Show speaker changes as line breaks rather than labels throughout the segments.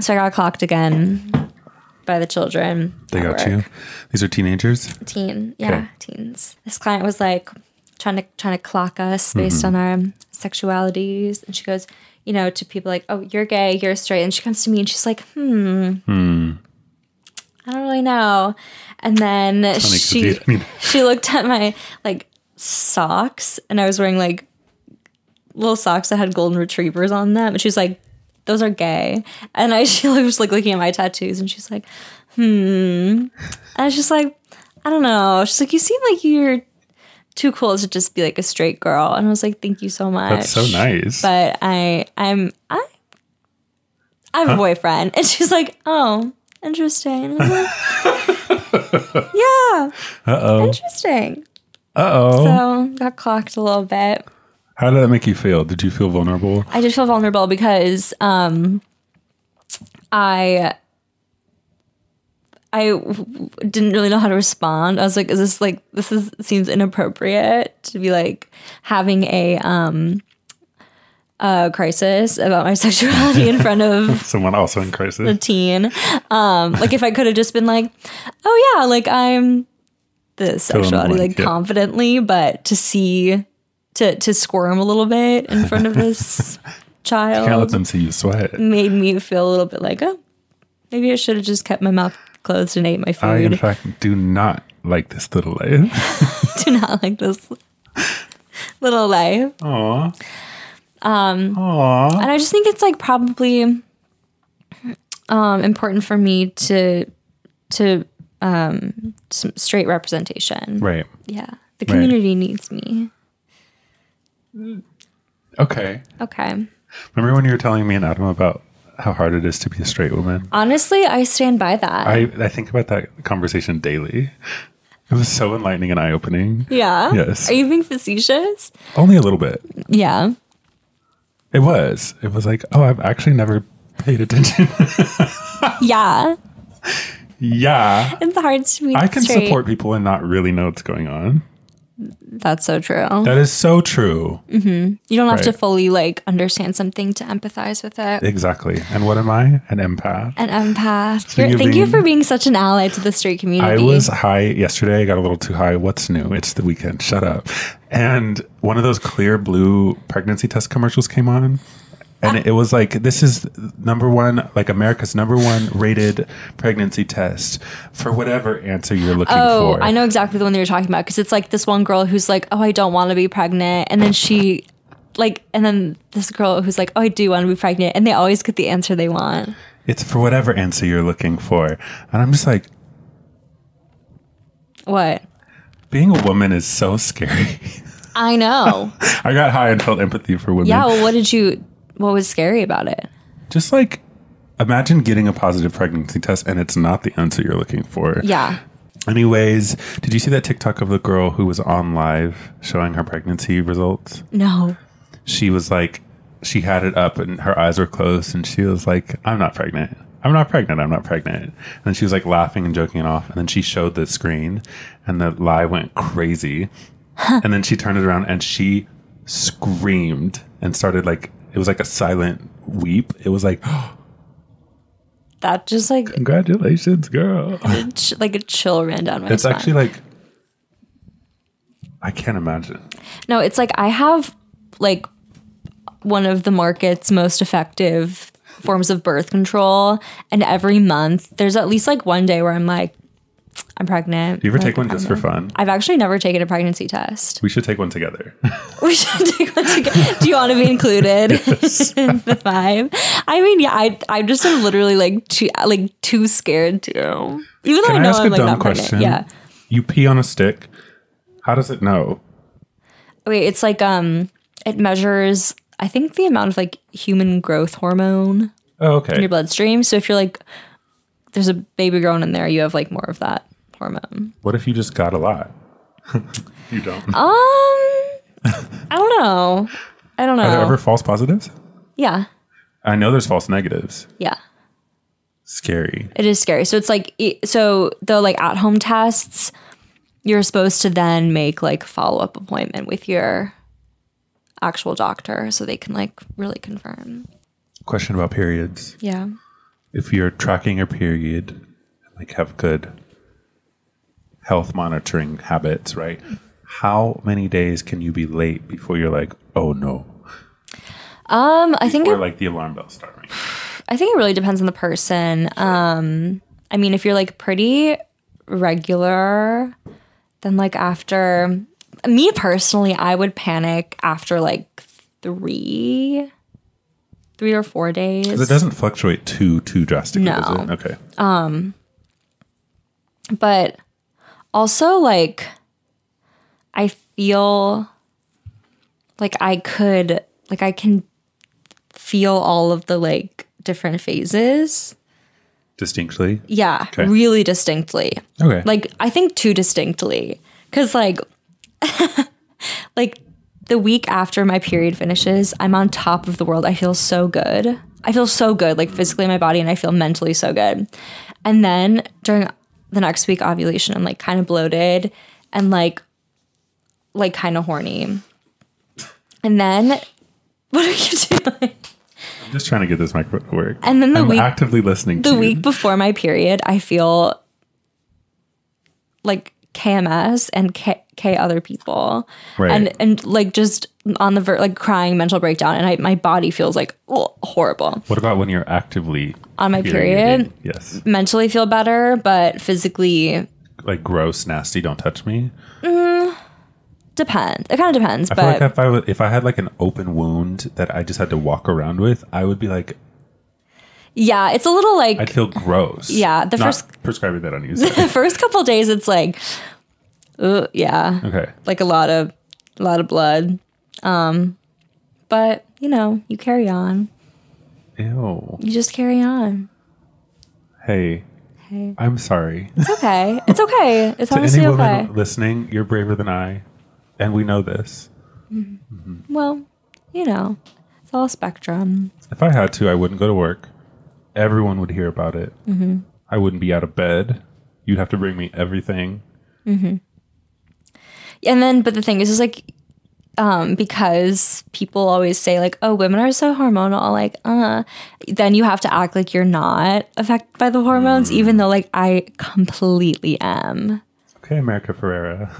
So I got clocked again by the children.
They
at
got
work.
you. These are teenagers.
Teen, yeah,
Okay.
teens. This client was like trying to trying to clock
Mm-hmm.
us based on our sexualities, and she goes, you know, to people like, "Oh, you're gay, you're straight," and she comes to me and she's like, "Hmm, I don't really know," and then
'cause
she
you- I mean-
she looked at my like socks, and I was wearing like little socks that had golden retrievers on them, and she's like. Those are gay, and I she like, was like looking at my tattoos, and she's like, "Hmm." I was just like, I don't know. She's like, you seem like you're too cool to just be like a straight girl. And I was like, thank you so much.
That's so nice.
But I, I'm, I, I have a boyfriend. And she's like, oh, interesting. And I was like, yeah,
Uh oh.
interesting.
Uh oh.
So got clocked a little bit.
How did that make you feel? Did you feel vulnerable?
I did feel vulnerable because um, I I w- w- didn't really know how to respond. I was like, "Is this like this is seems inappropriate to be like having a um a crisis about my sexuality in front of
Someone also in
a
crisis.
teen. Um, like if I could have just been like, oh yeah, like I'm the
in the
sexuality
blank,
like
yeah.
confidently, but to see to to squirm a little bit in front of this
Can't let
child
them see you sweat.
made me feel a little bit like, oh, maybe I should have just kept my mouth closed and ate my
I, in
food.
fact, do not like this little life.
Do not like this little life.
Oh. Aww. Um. Aww.
And I just think it's like probably um, important for me to to um, some straight representation.
Right.
Yeah, the
Right.
community needs me.
Okay.
Okay.
Remember when you were telling me and Adam about how hard it is to be a straight woman?
Honestly, I stand by that.
I, I think about that conversation daily. It was so enlightening and eye opening.
yeah.
Yes.
Are you being facetious?
Only a little bit.
Yeah.
It was. It was like, oh, I've actually never paid attention.
Yeah.
yeah.
It's hard to be
I can
straight.
support people and not really know what's going on.
That's so true.
That is so true.
Mm-hmm. you don't have to
right.
fully like understand something to empathize with it.
Exactly. And what am I? An empath.
An empath.
Speaking
You're-
of
Thank you
being-
for being such an ally to the straight community.
I was high yesterday. I got a little too high. What's new? It's the weekend. Shut up. And one of those clear blue pregnancy test commercials came on.
Ah.
And it was like, this is number one, like America's number one rated pregnancy test for whatever answer you're looking
Oh,
for.
I know exactly the one that you're talking about because it's like this one girl who's like, "Oh, I don't want to be pregnant," and then she, like, and then this girl who's like, "Oh, I do want to be pregnant," and they always get the answer they want.
It's for whatever answer you're looking for. And I'm just like,
What?
being a woman is so scary.
I know.
I got high and felt empathy for women.
yeah. Well, what did you? What was scary about it?
Just like, imagine getting a positive pregnancy test and it's not the answer you're looking for.
Yeah.
Anyways, did you see that TikTok of the girl who was on live showing her pregnancy results?
No.
She was like, she had it up and her eyes were closed and she was like, I'm not pregnant. I'm not pregnant. I'm not pregnant. And then she was like laughing and joking it off. And then she showed the screen and the lie went crazy. and then she turned it around and she screamed and started like, it was like a silent weep. It was like,
That just like
congratulations, girl.
a ch- like a chill ran down my
It's
spine.
actually like, I can't imagine.
no. It's like I have like one of the market's most effective forms of birth control, and every month there's at least like one day where I'm like. I'm pregnant.
Do you ever
Like,
take one just for
I'm-
fun?
I've actually never taken a pregnancy test.
We should take one together.
We should take one together. Do you want to be included in the vibe? I mean, yeah, I I just am literally like too like too scared to. Even though I know am like not pregnant. Yeah.
You pee on a stick. How does it know?
Wait, it's like um, it measures I think the amount of like human growth hormone
Oh,
in your
okay.
bloodstream. So if you're like, there's a baby growing in there, you have like more of that hormone.
What if you just got a lot? you don't.
Um, I don't know. I don't know.
Are there ever false positives?
yeah.
I know there's false negatives.
Yeah.
Scary.
It is scary. So it's like e- so the like at home tests, you're supposed to then make like a follow up appointment with your actual doctor so they can like really confirm. Um,
Question about periods.
Yeah.
if you're tracking your period, like have good health monitoring habits, right? How many days can you be late before you're like, oh no,
Um, I think
or
it,
like the alarm bell start ringing?
I think it really depends on the person. Um, I mean, if you're like pretty regular, then like after me personally, I would panic after like three, three or four days.
'Cause it doesn't fluctuate too too drastically, does
No.
it? Okay,
but also like I feel like I could like I can feel all of the like different phases.
distinctly.
Yeah,
Okay.
really distinctly.
Okay,
Like I think too distinctly cuz like like the week after my period finishes, I'm on top of the world. I feel so good. I feel so good, like physically in my body, and I feel mentally so good. And then during the next week ovulation, I'm like kind of bloated and like like kind of horny. And then what are you doing?
I'm just trying to get this microphone to work.
And then the
I'm
week-
actively listening to
the
you.
week before my period, I feel like KMS and K, K other people,
Right.
and and like just on the ver- like crying, mental breakdown, and I, my body feels like ugh, horrible.
What about when you're actively
On my
perioding? Yes,
Mentally feel better, but physically
like gross, nasty. Don't touch me.
depends. It kind of depends,
I feel
but
like if I was, if I had like an open wound that I just had to walk around with, I would be like,
yeah, it's a little like
I'd feel gross.
Yeah, the
Not
first-
prescribing that on you. sorry.
the first couple days, it's like, ugh, yeah,
okay,
like a lot of a lot of blood, um, but you know, you carry on.
ew.
You just carry on.
Hey,
Hey.
I'm sorry.
It's okay. It's okay. It's
to
honestly
any woman
okay.
listening, you're braver than I, and we know this.
Well, you know, it's all a spectrum.
If I had to, I wouldn't go to work. Everyone would hear about it.
Mm-hmm.
I wouldn't be out of bed. You'd have to bring me everything.
And then, but the thing is, is like, um, because people always say like, "Oh, women are so hormonal," like, uh, then you have to act like you're not affected by the hormones,
Mm.
even though like I completely am.
Okay, America Ferrera.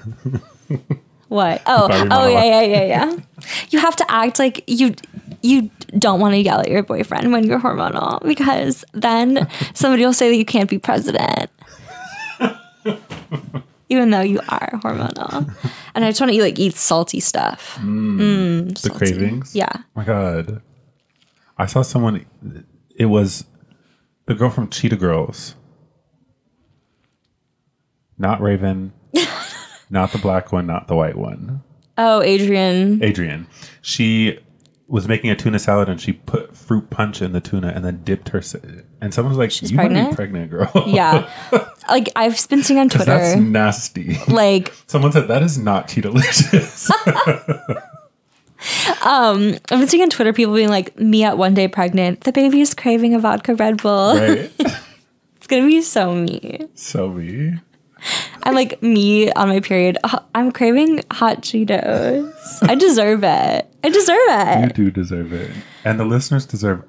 What? Oh,
Barbie
oh
monologue.
yeah, yeah, yeah, yeah. you have to act like you you don't want to yell at your boyfriend when you're hormonal because then somebody will say that you can't be president. Even though you are hormonal. And I just want to eat, like eat salty stuff. Mm,
the
salty.
cravings.
Yeah.
my god. I saw someone. It was the girl from Cheetah Girls. Not Raven. not the black one. Not the white one.
Oh, Adrian.
Adrian. She was making a tuna salad and she put fruit punch in the tuna and then dipped her. sa- And someone was like, "You might be pregnant, girl."
Yeah. like I've been seeing on
that's
Twitter
nasty.
like
someone said that is not cheetah delicious.
I've been seeing on Twitter people being like, me at one day pregnant, the baby is craving a vodka Red Bull.
right?
It's gonna be so me.
So we.
I'm like me on my period. Oh, I'm craving hot Cheetos. I deserve it. I deserve
You
it.
do deserve it. And the listeners deserve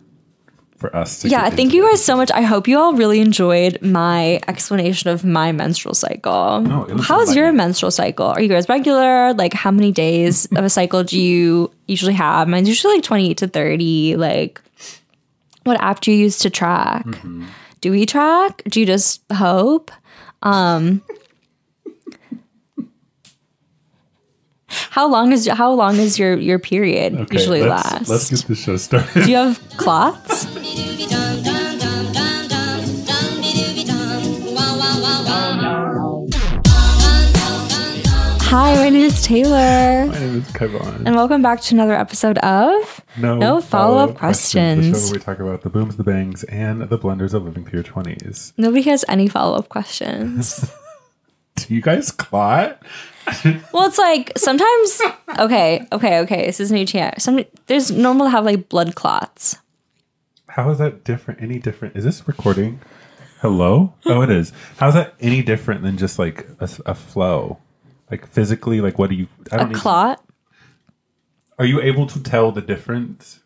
for us to.
Yeah,
get
thank
into
you
it.
guys so much. I hope you all really enjoyed my explanation of my menstrual cycle.
No, it was
How's your
enlightening.
menstrual cycle? Are you guys regular? Like, how many days of a cycle do you usually have? Mine's usually like 28 to 30. Like, what app do you use to track?
Mm-hmm.
Do we track? Do you just hope? Um, how long is how long is your your period
Okay,
usually
let's,
last?
Let's get the show started.
do you have clots?
Dum dum dum dum dum dum dee dum wow wow wow wow.
Hi, my name is Taylor.
My name is Kevon.
And welcome back to another episode of
No,
no follow-up questions.
The show where we talk about the booms, the bangs, and the blunders of living through your twenties.
Nobody has any follow-up questions.
Do you guys clot?
well, it's like sometimes okay, okay, okay, this is new to you. Some there's normal to have like blood clots.
How is that different? Any different? Is this recording? Hello? Oh, it is. How's that any different than just like a, s- a flow? Like physically, like what do you? I
A
even-
clot?
Are you able to tell the difference?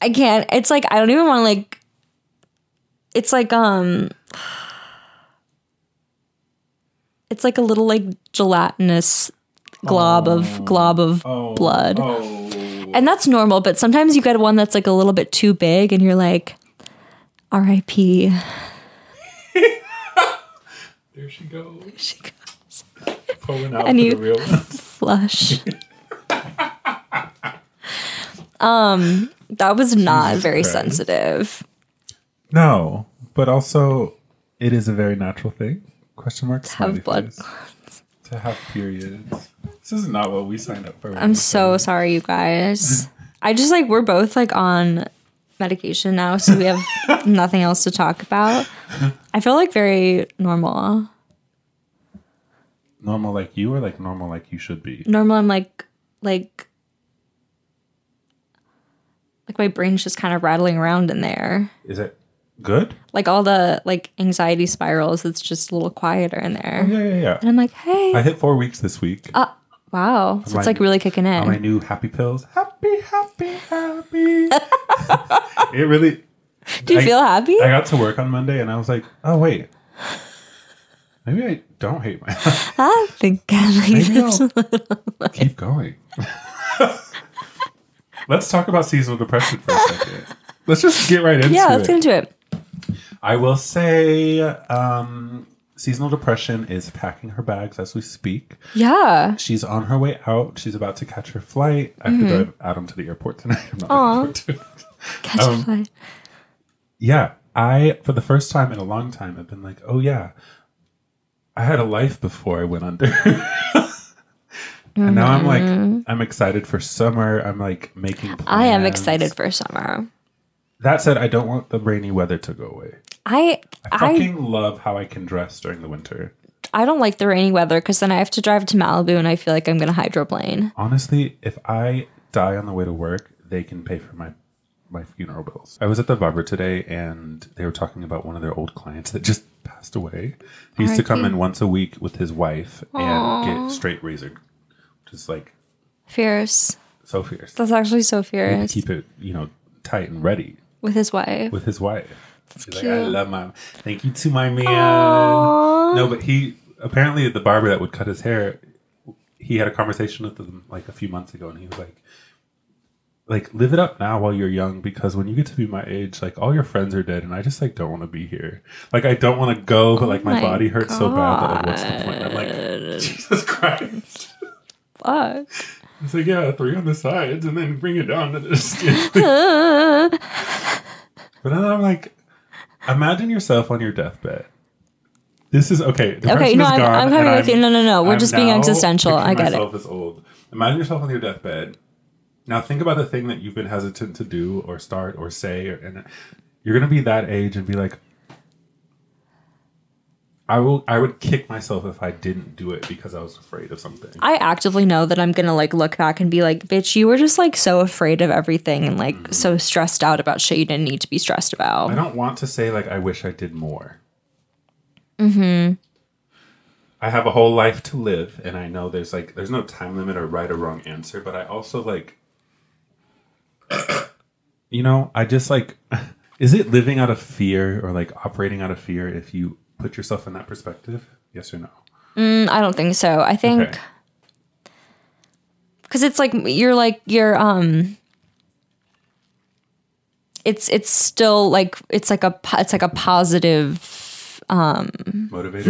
I can't. It's like I don't even want to like it's like um it's like a little like gelatinous glob
Oh.
of glob of blood. And that's normal, but sometimes you get one that's like a little bit too big and you're like RIP.
There she goes.
She got
Pulling out
And
for
you-
the real one.
flush. um Um, that was not
Jesus
very
Christ.
sensitive.
No, but also it is a very natural thing. Question mark. To
have blood
To have periods. This is not what we signed up for.
I'm so sorry, you guys. I just like we're both like on medication now, so we have nothing else to talk about. I feel like very normal.
normal like you or like normal like you should be.
Normal, I'm like like like my brain's just kind of rattling around in there.
Is it good?
Like all the like anxiety spirals, it's just a little quieter in there.
Yeah, yeah, yeah.
And I'm like, hey,
Mm-hmm.
uh,
I hit four weeks this week
wow, so
my-
it's like really kicking in.
on my new happy pills. Happy, happy, happy. it really.
Do you
I-
feel happy?
I got to work on Monday and I was like, oh wait, maybe I don't hate my.
I think I'm like
Maybe
this.
I'll keep going. let's talk about seasonal depression for a second. Let's just get right into
Yeah,
it.
let's get into it.
I will say um, seasonal depression is packing her bags as we speak.
Yeah.
She's on her way out. She's about to catch her flight. I have to drive Adam to the airport tonight. I'm not
Aw.
looking forward to it.
Catch
Um,
a flight.
Yeah, I for the first time in a long time have been like, oh yeah, I had a life before I went under. And now I'm like, I'm excited for summer. I'm like making. Plans.
Mm-hmm. I am excited for summer.
That said, I don't want the rainy weather to go away.
I
I
I
fucking love how I can dress during the winter.
I don't like the rainy weather because then I have to drive to Malibu and I feel like I'm gonna hydroplane.
Honestly, if I die on the way to work, they can pay for my my funeral bills. I was at the barber today and they were talking about one of their old clients that just passed away. He used to come in once a week with his wife and get straight razored. Which is like
Fierce.
so fierce.
That's actually so
To
fierce
keep it, you know, tight and ready
with his wife.
with his wife. She's like,
cute.
I love my thank you to my man.
Aw.
No, but he apparently the barber that would cut his hair, he had a conversation with them like a few months ago, and he was like, like live it up now while you're young because when you get to be my age, like all your friends are dead, and I just like don't want to be here. Like I don't want to go, but like
Oh
my,
my
body hurts so bad that like what's the point? I'm like Jesus Christ.
Fuck.
It's like yeah, three on the sides, and then bring it down to the skin.
Uh,
But then I'm like, imagine yourself on your deathbed. This is okay.
okay,
depression
no,
is
I'm,
gone,
I'm
and
coming with you. No, no, no. We're
I'm
just being
now
existential. I
picturing
get it.
myself As old. Imagine yourself on your deathbed. Now think about the thing that you've been hesitant to do or start or say, or, and you're gonna be that age and be like, I will. I would kick myself if I didn't do it because I was afraid of something.
I actively know that I'm gonna like look back and be like, bitch, you were just like so afraid of everything and like so stressed out about shit you didn't need to be stressed
I
about.
don't want to say like I wish I did more. Mm-hmm. I have a whole life to live, and I know there's like there's no time limit or right or wrong answer, but I also like, you know, I just like, is it living out of fear or like operating out of fear if you put yourself in that perspective? Yes or no?
Mm, I don't think so. I think
Okay.
because it's like you're like you're um it's it's still like it's like a po- it's like a positive
Motivator.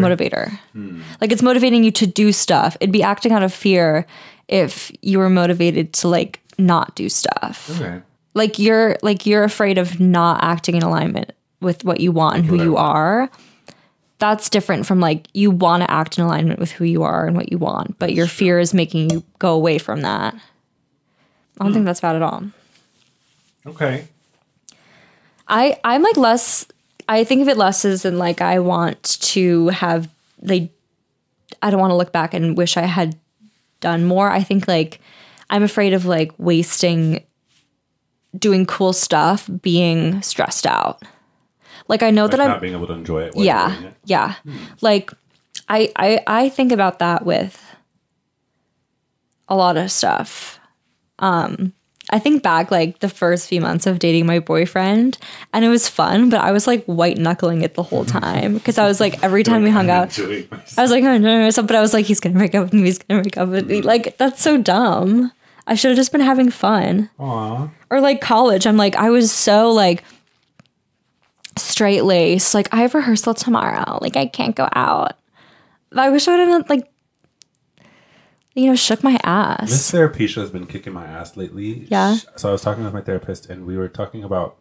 motivator like it's motivating you to do stuff it'd be acting out of fear if you were motivated to like not do stuff
okay.
like you're like you're afraid of not acting in alignment with what you want and who
What I
you
want.
are that's different from like you want to act in alignment with who you are and what you want but your fear is making you go away from that i don't think that's bad at all
Okay.
I I'm like less. I think of it less as in like I want to have they. I don't want to look back and wish I had done more. I think like I'm afraid of like wasting doing cool stuff, being stressed out. Like I know that
Like
I'm
not being able to enjoy it. while you're doing
yeah
it.
yeah like I, I i think about that with a lot of stuff um I think back like the first few months of dating my boyfriend, and it was fun, but I was like white knuckling it the whole time because I was like every time we hung out, I was like, oh, no, no, no, so- but I was like, he's gonna break up with me, he's gonna break up with me. Like, that's so dumb. I should have just been having fun.
Aww.
Or like college, I'm like, I was so like straight laced. Like, I have rehearsal tomorrow. Like, I can't go out. I wish I would have like, you know, shook my ass.
Miss Therapeutia has been kicking my ass lately.
Yeah?
Sh- So I was talking with my therapist, and we were talking about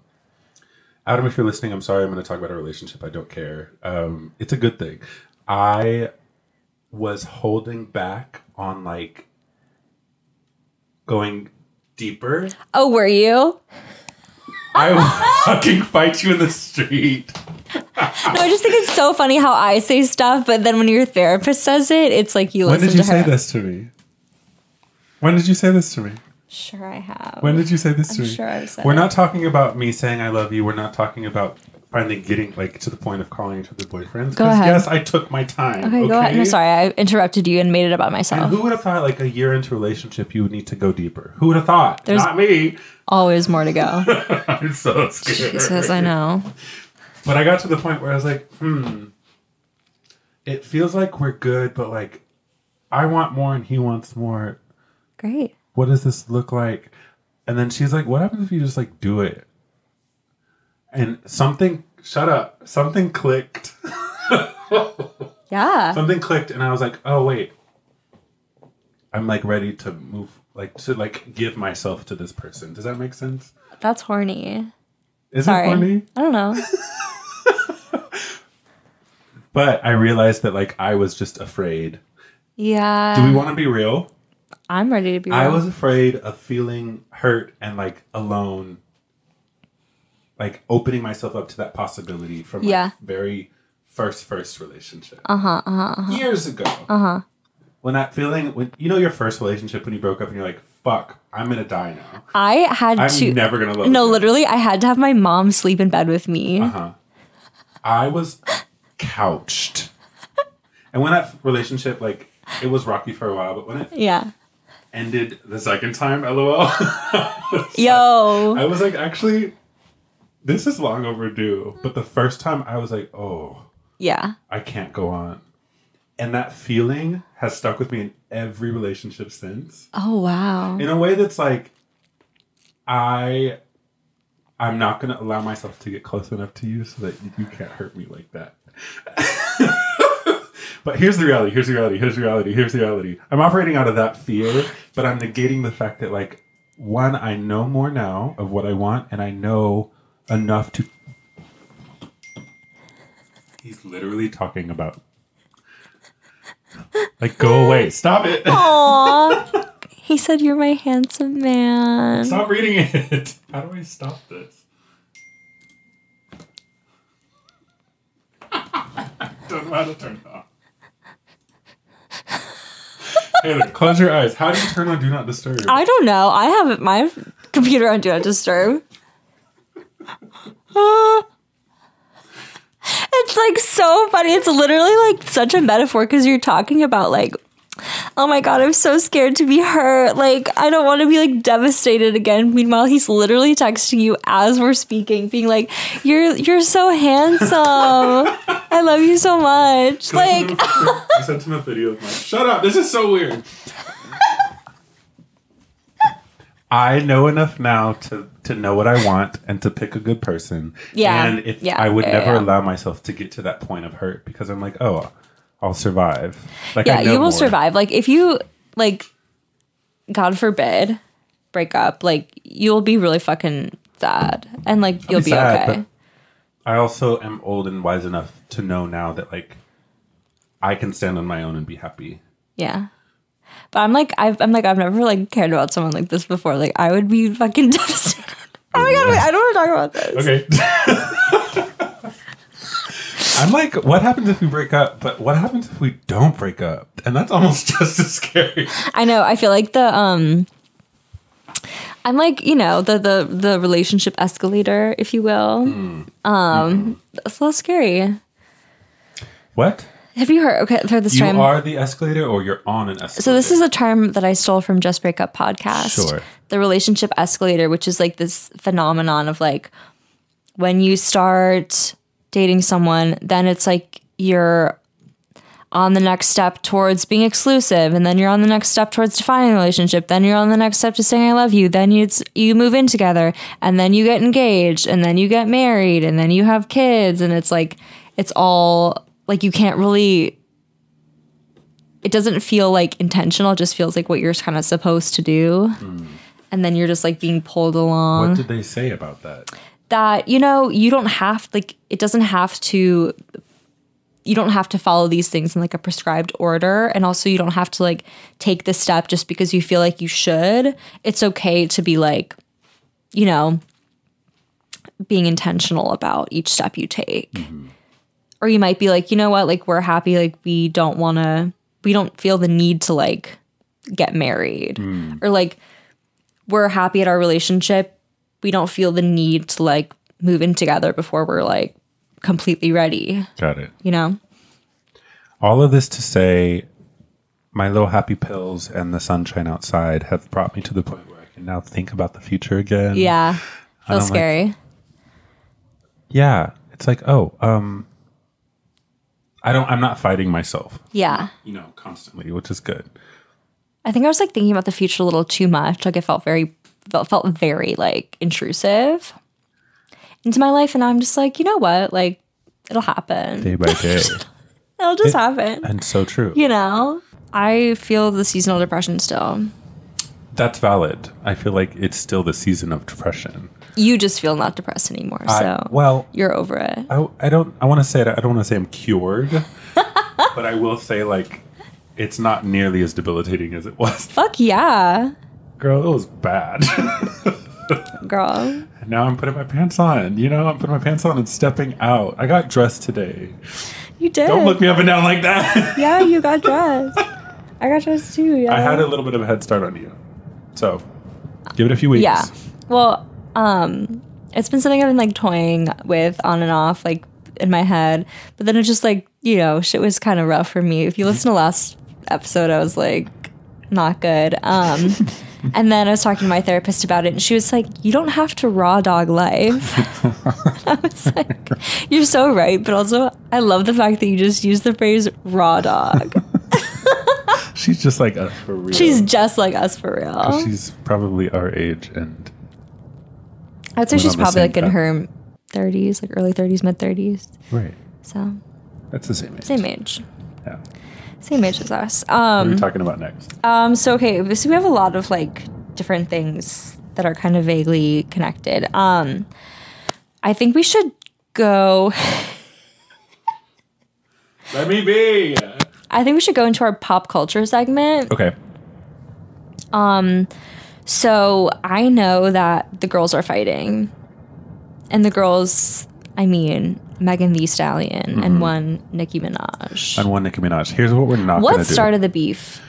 Adam. If you're listening, I'm sorry. I'm going to talk about our relationship. I don't care. Um, it's a good thing. I was holding back on like going deeper.
Oh, were you?
I will fucking fight you in the street.
No, I just think it's so funny how I say stuff, but then when your therapist says it, it's like you
When
listen
did you
to her.
say this to me? When did you say this to me?
Sure, I have.
When did you say this to me?
sure I've said
We're
it.
not talking about me saying I love you. We're not talking about finally getting like to the point of calling each other boyfriends.
Go
'Cause,
ahead.
Yes, I took my time.
okay, go ahead. No, sorry, I interrupted you and made it about myself.
And who would have thought like a year into a relationship you would need to go deeper? Who would have thought?
There's-
not me.
Always more to go.
I'm so scared.
Jesus, I know.
But I got to the point where I was like, hmm. It feels like we're good, but like I want more and he wants more.
Great.
what does this look like? And then she's like, what happens if you just like do it? And something, shut up, something clicked.
Yeah.
Something clicked, and I was like, oh, wait. I'm like ready to move, like to like give myself to this person. Does that make sense?
That's horny.
Is
Sorry.
it funny?
I don't know.
But I realized that like I was just afraid.
Yeah.
Do we want to be real?
I'm ready to be
I
real.
was afraid of feeling hurt and like alone, like opening myself up to that possibility from my
Yeah. Uh-huh,
very first first relationship. Uh huh. Uh huh. Years ago. Uh huh. When that feeling, when you know your first relationship, when you broke up, and you're like, "Fuck, I'm gonna die now.
I had
I'm
to.
never gonna love."
no,
again."
literally, I had to have my mom sleep in bed with me.
Uh-huh. I was couched. and when that relationship, like, it was rocky for a while, but when it
Yeah.
ended the second time, lol.
Yo.
I was like, actually, this is long overdue. But the first time I was like, oh,
Yeah.
I can't go on. And that feeling has stuck with me in every relationship since.
Oh, wow.
In a way that's like, I. I'm not gonna allow myself to get close enough to you so that you, you can't hurt me like that. but here's the reality. Here's the reality. Here's the reality. Here's the reality. I'm operating out of that fear, but I'm negating the fact that like one, I know more now of what I want, and I know enough to. He's literally talking about. Like, go away! Stop it!
Aw. he said, You're my handsome man.
Stop reading it. How do I stop this? Don't know how to turn it off. Hannah, close your eyes. How do you turn on Do Not Disturb?
I don't know. I have my computer on Do Not Disturb. Uh, it's like so funny. It's literally like such a metaphor because you're talking about like, oh my god, I'm so scared to be hurt. Like, I don't want to be like devastated again. Meanwhile, he's literally texting you as we're speaking, being like, "You're you're so handsome. I love you so much." Like,
I sent him a video of my. Shut up! This is so weird. I know enough now to to know what I want and to pick a good person.
Yeah,
and if
yeah,
I would
yeah,
never
yeah.
allow myself to get to that point of hurt because I'm like, oh, I'll survive. Like, I
yeah
know
you will
more.
survive like if you like god forbid break up like you'll be really fucking sad and like you'll be,
sad,
okay
I also am old and wise enough to know now that like I can stand on my own and be happy.
yeah but i'm like I've, i'm like i've never like cared about someone like this before like i would be fucking devastated oh my god wait, i don't want to talk about this
Okay. I'm like, what happens if we break up? But what happens if we don't break up? And that's almost just as scary.
i know i feel like the um i'm like you know the the the relationship escalator
Hmm.
if you will um that's a little scary
What?
Have you heard? Okay, I've heard this
You
term.
are the escalator, or you're on an escalator.
so this is a term that I stole from Just Break Up podcast.
Sure.
The relationship escalator, which is like this phenomenon of like when you start dating someone, then it's like you're on the next step towards being exclusive, and then you're on the next step towards defining the relationship. Then you're on the next step to saying I love you. Then you you move in together, and then you get engaged, and then you get married, and then you have kids, and it's like it's all like you can't really. It doesn't feel like intentional. It just feels like what you're kind of supposed to do, and then you're just like being pulled along
What did they say about that?
that you know you don't have like it doesn't have to you don't have to follow these things in like a prescribed order and also you don't have to like take the step just because you feel like you should it's okay to be like you know being intentional about each step you take or you might be like you know what like we're happy like we don't want to we don't feel the need to like get married or like we're happy at our relationship we don't feel the need to like move in together before we're like completely ready,
Got it.
you know?
All of this to say, my little happy pills and the sunshine outside have brought me to the point where I can now think about the future again.
Yeah. Feels
don't like-
scary.
Yeah. It's like, oh, um, I don't, I'm not fighting myself,
yeah.
you know, constantly, which is good.
I think I was like thinking about the future a little too much. Like it felt very felt, felt very like intrusive into my life and I'm just like, you know what? Like it'll happen.
Day by day.
It'll just happen.
and so true.
You know? I feel the seasonal depression still.
That's valid. I feel like it's still the season of depression.
You just feel not depressed anymore.
I,
so
well,
you're over it.
I, I don't I want to say it, I don't want to say I'm cured, but I will say like it's not nearly as debilitating as it was.
Fuck yeah,
Girl, it was bad.
girl.
now I'm putting my pants on. You know, I'm putting my pants on and stepping out. I got dressed today.
You did.
Don't look me up and down like that.
Yeah, you got dressed. I got dressed too. Yeah.
I had a little bit of a head start on you. So, give it a few weeks.
Yeah. Well, um, it's been something I've been like toying with on and off, like in my head. But then it's just like you know, shit was kind of rough for me. If you listen to last episode, I was like not good. Um, and then I was talking to my therapist about it, and she was like, "You don't have to raw dog life." I was like, "You're so right," but also I love the fact that you just use the phrase "raw dog."
She's just like us for real.
She's just like us for real.
she's probably our age and
I'd say
We're
she's
not
probably
the same
like in
crowd.
her 30s, like early 30s, mid 30s.
right.
So
That's the same age.
same age,
Yeah.
same age as us.
What are we
Um,
talking about next?
um. So okay, so we have a lot of like different things that are kind of vaguely connected. Um, I think we should go.
Let me be.
I think we should go into our pop culture segment.
Okay.
So I know that the girls are fighting, and the girls, I mean Megan Thee Stallion
Mm-hmm.
and one Nicki Minaj.
and one Nicki Minaj. Here's what we're not going
What
to do.
started the beef?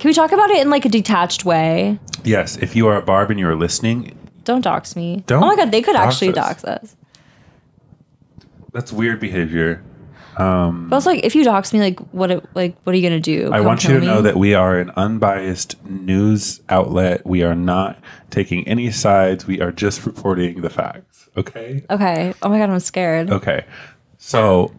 Can we talk about it in like a detached way?
yes, if you are at Barb and you're listening,
Don't dox me.
Don't
oh my god, they could
dox
actually
us.
dox us.
that's weird behavior.
But also, like, if you dox me, like, what, it, like, what are you gonna do?
I
Come
want you
kill
to
me?
know that we are an unbiased news outlet. We are not taking any sides. We are just reporting the facts. Okay.
Okay. Oh my god, I'm scared.
Okay. So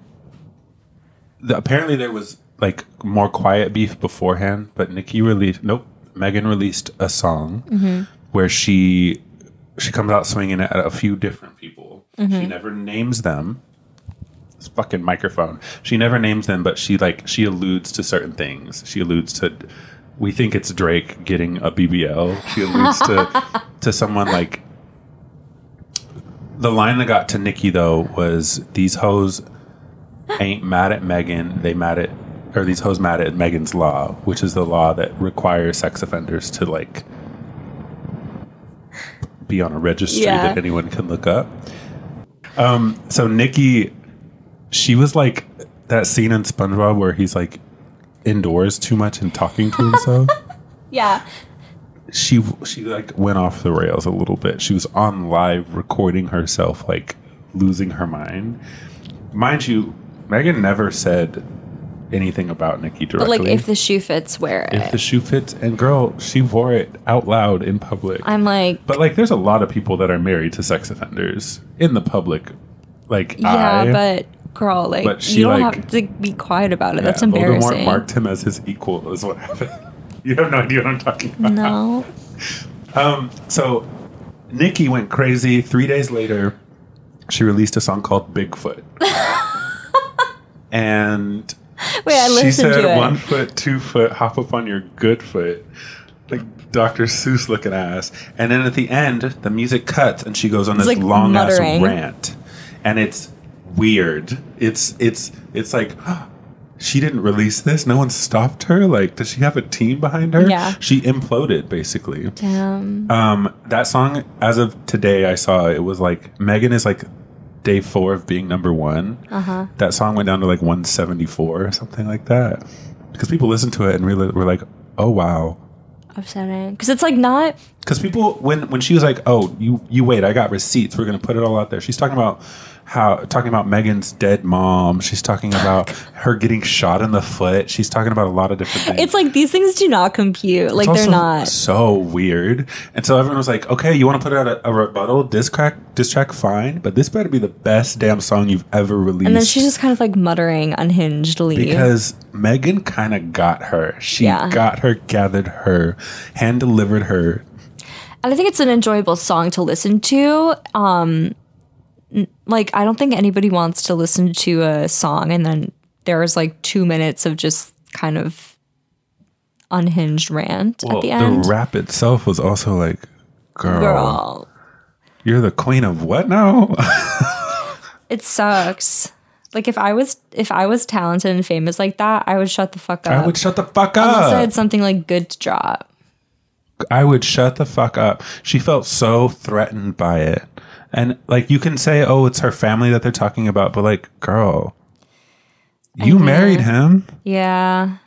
the, apparently there was like more quiet beef beforehand, but Nikki released nope, Megan released a song where she she comes out swinging at a few different people. She never names them. This fucking microphone. She never names them, but she like she alludes to certain things. She alludes to we think it's Drake getting a BBL. She alludes to to someone like the line that got to Nikki though was these hoes ain't mad at Megan, they mad at or these hoes mad at Megan's law, which is the law that requires sex offenders to like be on a registry
Yeah.
that anyone can look up. Um so Nikki she was like that scene in SpongeBob where he's like indoors too much and talking to himself.
Yeah.
she she like went off the rails a little bit. She was on live recording herself like losing her mind. Mind you, Megan never said anything about Nikki
But
directly.
like, if the shoe fits, wear it.
If the shoe fits, and girl, she wore it out loud in public.
I'm like,
but like, there's a lot of people that are married to sex offenders in the public, like
yeah,
eye.
but girl, like,
But she,
you don't
like-
have to be quiet about it.
Yeah,
That's embarrassing.
Voldemort marked him as his equal. Is what happened. you have no idea what I'm talking about.
no,
Um, so Nikki went crazy. Three days later, she released a song called Bigfoot. and
wait, I
she
listened
said,
to it.
one foot, two foot, hop up on your good foot. Like Dr. Seuss looking ass. And then at the end, the music cuts and she goes on this
It's like
long
muttering.
ass rant. And it's weird. It's it's it's like she didn't release this. No one stopped her. Like, does she have a team behind her?
Yeah.
She imploded basically.
Damn.
Um, that song, as of today, I saw it was like Megan is like day four of being number one.
Uh-huh.
That song went down to like 174 or something like that because people listened to it and really were like, oh wow.
upsetting because it's like not
Because people, when when she was like, oh, you you wait, I got receipts. We're gonna put it all out there. She's talking about how talking about Megan's dead mom. She's talking about her getting shot in the foot. She's talking about a lot of different things.
it's like these things do not compute like they're
also
not
so weird. And so everyone was like, "Okay, you want to put out a, a rebuttal diss track, diss track, fine, but this better be the best damn song you've ever released."
and then she's just kind of like muttering unhingedly
because Megan kind of got her. She
Yeah.
got her, gathered her, hand delivered her.
and i think it's an enjoyable song to listen to um n- like i don't think anybody wants to listen to a song and then there's like two minutes of just kind of unhinged rant at the end
rap itself was also like, "Girl,
girl
you're the queen of what now?"
it sucks like if i was if i was talented and famous like that i would shut the fuck up
I would shut the fuck
unless i
up.
had something like good to drop
I would shut the fuck up. She felt so threatened by it. And like you can say, oh, it's her family that they're talking about, but like, girl, you married him.
yeah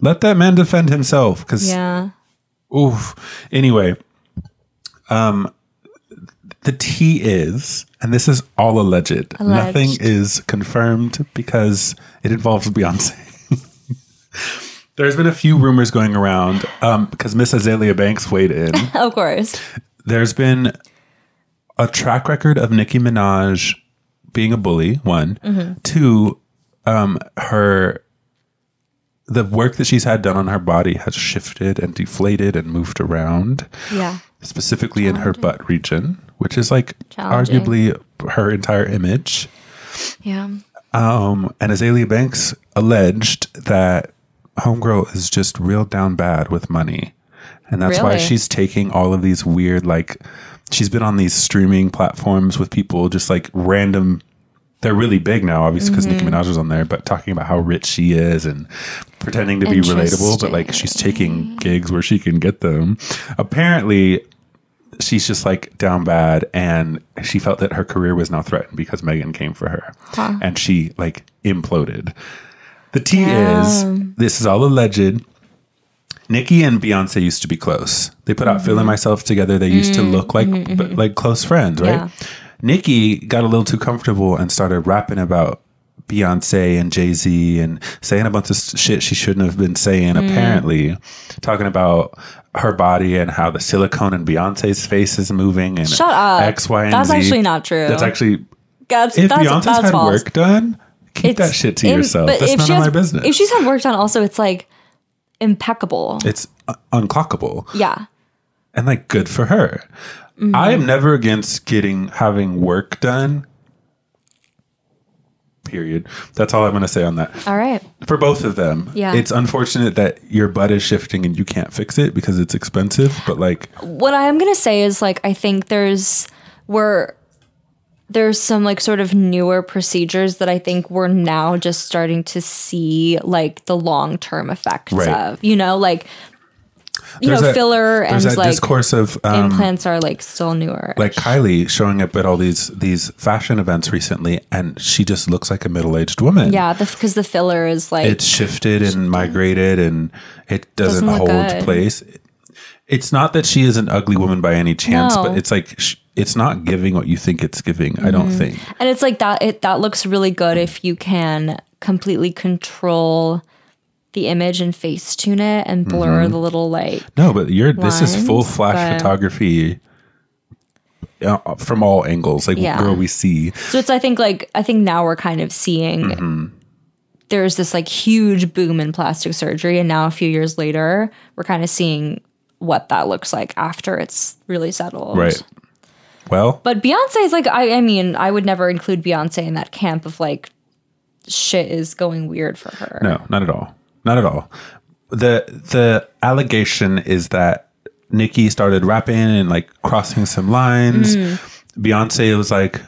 Let that man defend himself. Because
Yeah.
oof. Anyway, um, the tea is, and this is all alleged. Nothing
Alleged.
is confirmed because it involves Beyonce. There's been a few rumors going around um, because Miss Azalea Banks weighed in.
Of course.
there's been a track record of Nicki Minaj being a bully. One, two, um, her the work that she's had done on her body has shifted and deflated and moved around,
Yeah.
specifically in her butt region, which is like
Challenging.
arguably her entire image.
Yeah.
Um, and Azalea Banks alleged that Homegirl is just real down bad with money. And that's why
Really?
she's taking all of these weird, like, she's been on these streaming platforms with people just like random. They're really big now, obviously, because Nicki Minaj was on there, but talking about how rich she is and pretending to be relatable, but like she's taking gigs where she can get them. Apparently, she's just like down bad and she felt that her career was now threatened because Megan came for her and she like imploded. The tea is this is all alleged. Nikki and Beyonce used to be close. They put out
Mm-hmm.
"Feeling Myself" together. They used to look like b- like close friends, right?
Yeah.
Nikki got a little too comfortable and started rapping about Beyonce and Jay Z and saying a bunch of s- shit she shouldn't have been saying.
Mm.
Apparently, talking about her body and how the silicone in Beyonce's face is moving and
Shut up.
X, Y, and
That's
Z.
actually not true.
That's actually
That's
if
that's,
Beyonce's
that's
had
false.
work done, keep
It's
that shit to
im-
yourself.
but
That's
if
none
she
of
has-
my business.
If she's had work done, also it's like impeccable.
it's uh, unclockable.
yeah.
and like good for her. I
Mm-hmm.
am never against getting having work done. Period. That's all I'm going to say on that.
All right.
For both of them,
Yeah.
it's unfortunate that your butt is shifting and you can't fix it because it's expensive. But like,
What I am gonna say is like I think there's we're there's some like sort of newer procedures that I think we're now just starting to see like the long term effects
Right.
of. You know, like you
there's
know,
that-
filler
there's
and
that
like
discourse of um,
implants are like still newer.
like Kylie showing up at all these these fashion events recently, and she just looks like a middle aged woman.
Yeah, because the, filler is like
it's shifted and migrated and it doesn't,
Doesn't look
hold
good.
place. It's not that she is an ugly woman by any chance,
No.
but it's like sh- it's not
Mm-hmm.
giving what you think it's giving. I don't think.
and it's like that. It that looks really good if you can completely control the image and face tune it and blur
Mm-hmm.
the little like
No, but you're this is full
lines,
flash
but-
photography uh, from all angles, like
Yeah.
where we see.
So it's I think like I think now we're kind of seeing
Mm-hmm.
there's this like huge boom in plastic surgery and now a few years later we're kind of seeing what that looks like after it's really settled.
Right. Well,
But Beyonce is like I I mean, I would never include Beyonce in that camp of like shit is going weird for her.
no, not at all. Not at all. The the allegation is that Nikki started rapping and like crossing some lines. Beyonce was like,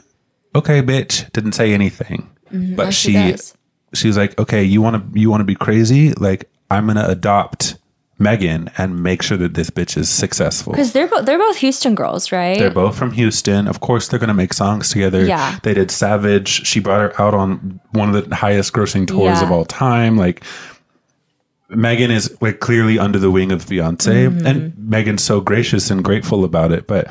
"Okay, bitch," didn't say anything. But
Mm-hmm. Oh, she
she
does.
she was like, "Okay, you want to you want to be crazy? Like I'm going to adopt Megan and make sure that this bitch is successful."
Cuz they're both they're both Houston girls, right?
They're both from Houston. Of course, they're going to make songs together.
Yeah.
They did Savage. She brought her out on one of the highest grossing tours
Yeah.
of all time. Like, Megan is like clearly under the wing of Beyonce,
Mm-hmm.
and Megan's so gracious and grateful about it. But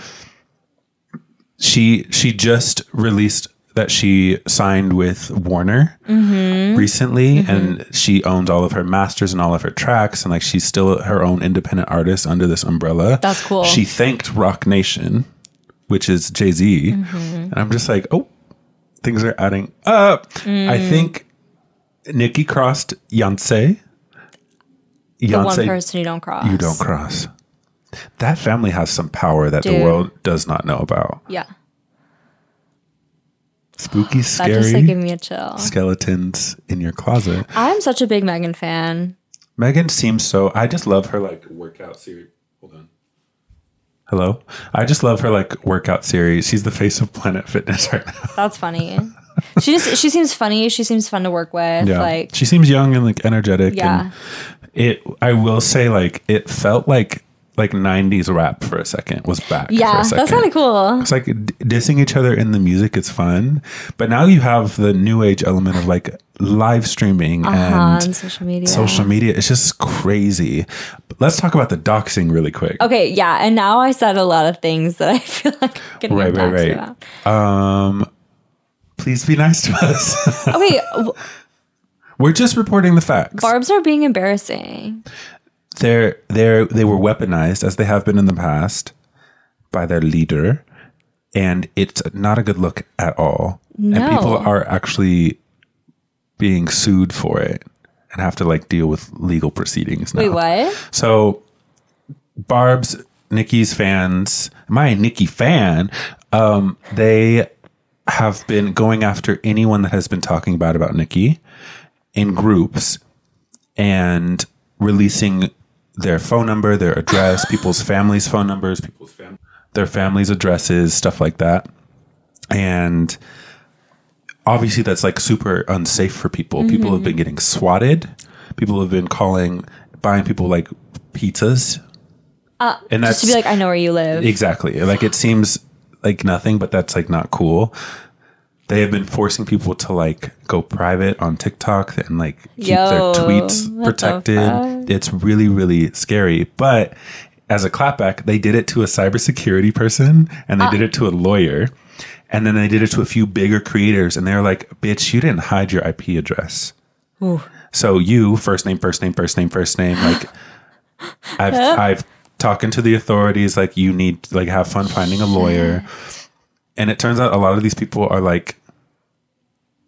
she she just released that she signed with Warner
Mm-hmm.
recently, and she owns all of her masters and all of her tracks, and like she's still her own independent artist under this umbrella.
That's cool.
She thanked Rock Nation, which is Jay Z,
Mm-hmm.
and I'm just like, oh, things are adding up. I
Mm.
think Nikki crossed Yonsei.
the one
Yonsei,
person you don't cross.
you don't cross. That family has some power that the
Dude.
world does not know about.
Yeah.
Spooky,
That
scary
just like gave me a chill.
skeletons in your closet.
I'm such a big Megan fan.
Megan seems so. I just love her like workout series. Hold on. Hello. I just love her like workout series. She's the face of Planet Fitness right now.
That's funny. she just she seems funny. She seems fun to work with. Like
she seems young and like energetic.
Yeah.
And it. I will say like it felt like like '90s rap for a second was back. for
yeah,
a second.
that's kind of cool.
It's like d- dissing each other in the music is fun, but now you have the new age element of like live streaming
Uh-huh, on
and
social media.
social media. It's just crazy. But let's talk about the doxing really quick.
Okay, yeah, and now I said a lot of things that I feel like I'm gonna
Right,
be
right,
attacked
right.
about.
Please be nice to us.
Okay, w-
We're just reporting the facts.
barbs are being embarrassing.
they're they're they were weaponized as they have been in the past by their leader, and it's not a good look at all.
No.
And people are actually being sued for it and have to like deal with legal proceedings now.
Wait, what?
So, Barb's Nikki's fans, my Nikki fan, um, they have been going after anyone that has been talking bad about Nikki in groups and releasing their phone number, their address, people's families' phone numbers, people's fam- their families' addresses, stuff like that. And obviously that's like super unsafe for people. People
Mm-hmm.
have been getting swatted. People have been calling buying people like pizzas. Uh, and
Just to be like, I know where you live.
Exactly. Like it seems like nothing, but that's like not cool. They have been forcing people to like go private on TikTok and like keep
Yo,
their tweets
what the fuck?
protected. It's really, really scary. But as a clapback, they did it to a cybersecurity person and
Ah.
they did it to a lawyer. And then they did it to a few bigger creators and they were like, bitch, you didn't hide your IP address. So you first name, first name, first name, first name. Like I've I've talking to the authorities. Like you need like have fun finding a lawyer. And it turns out a lot of these people are like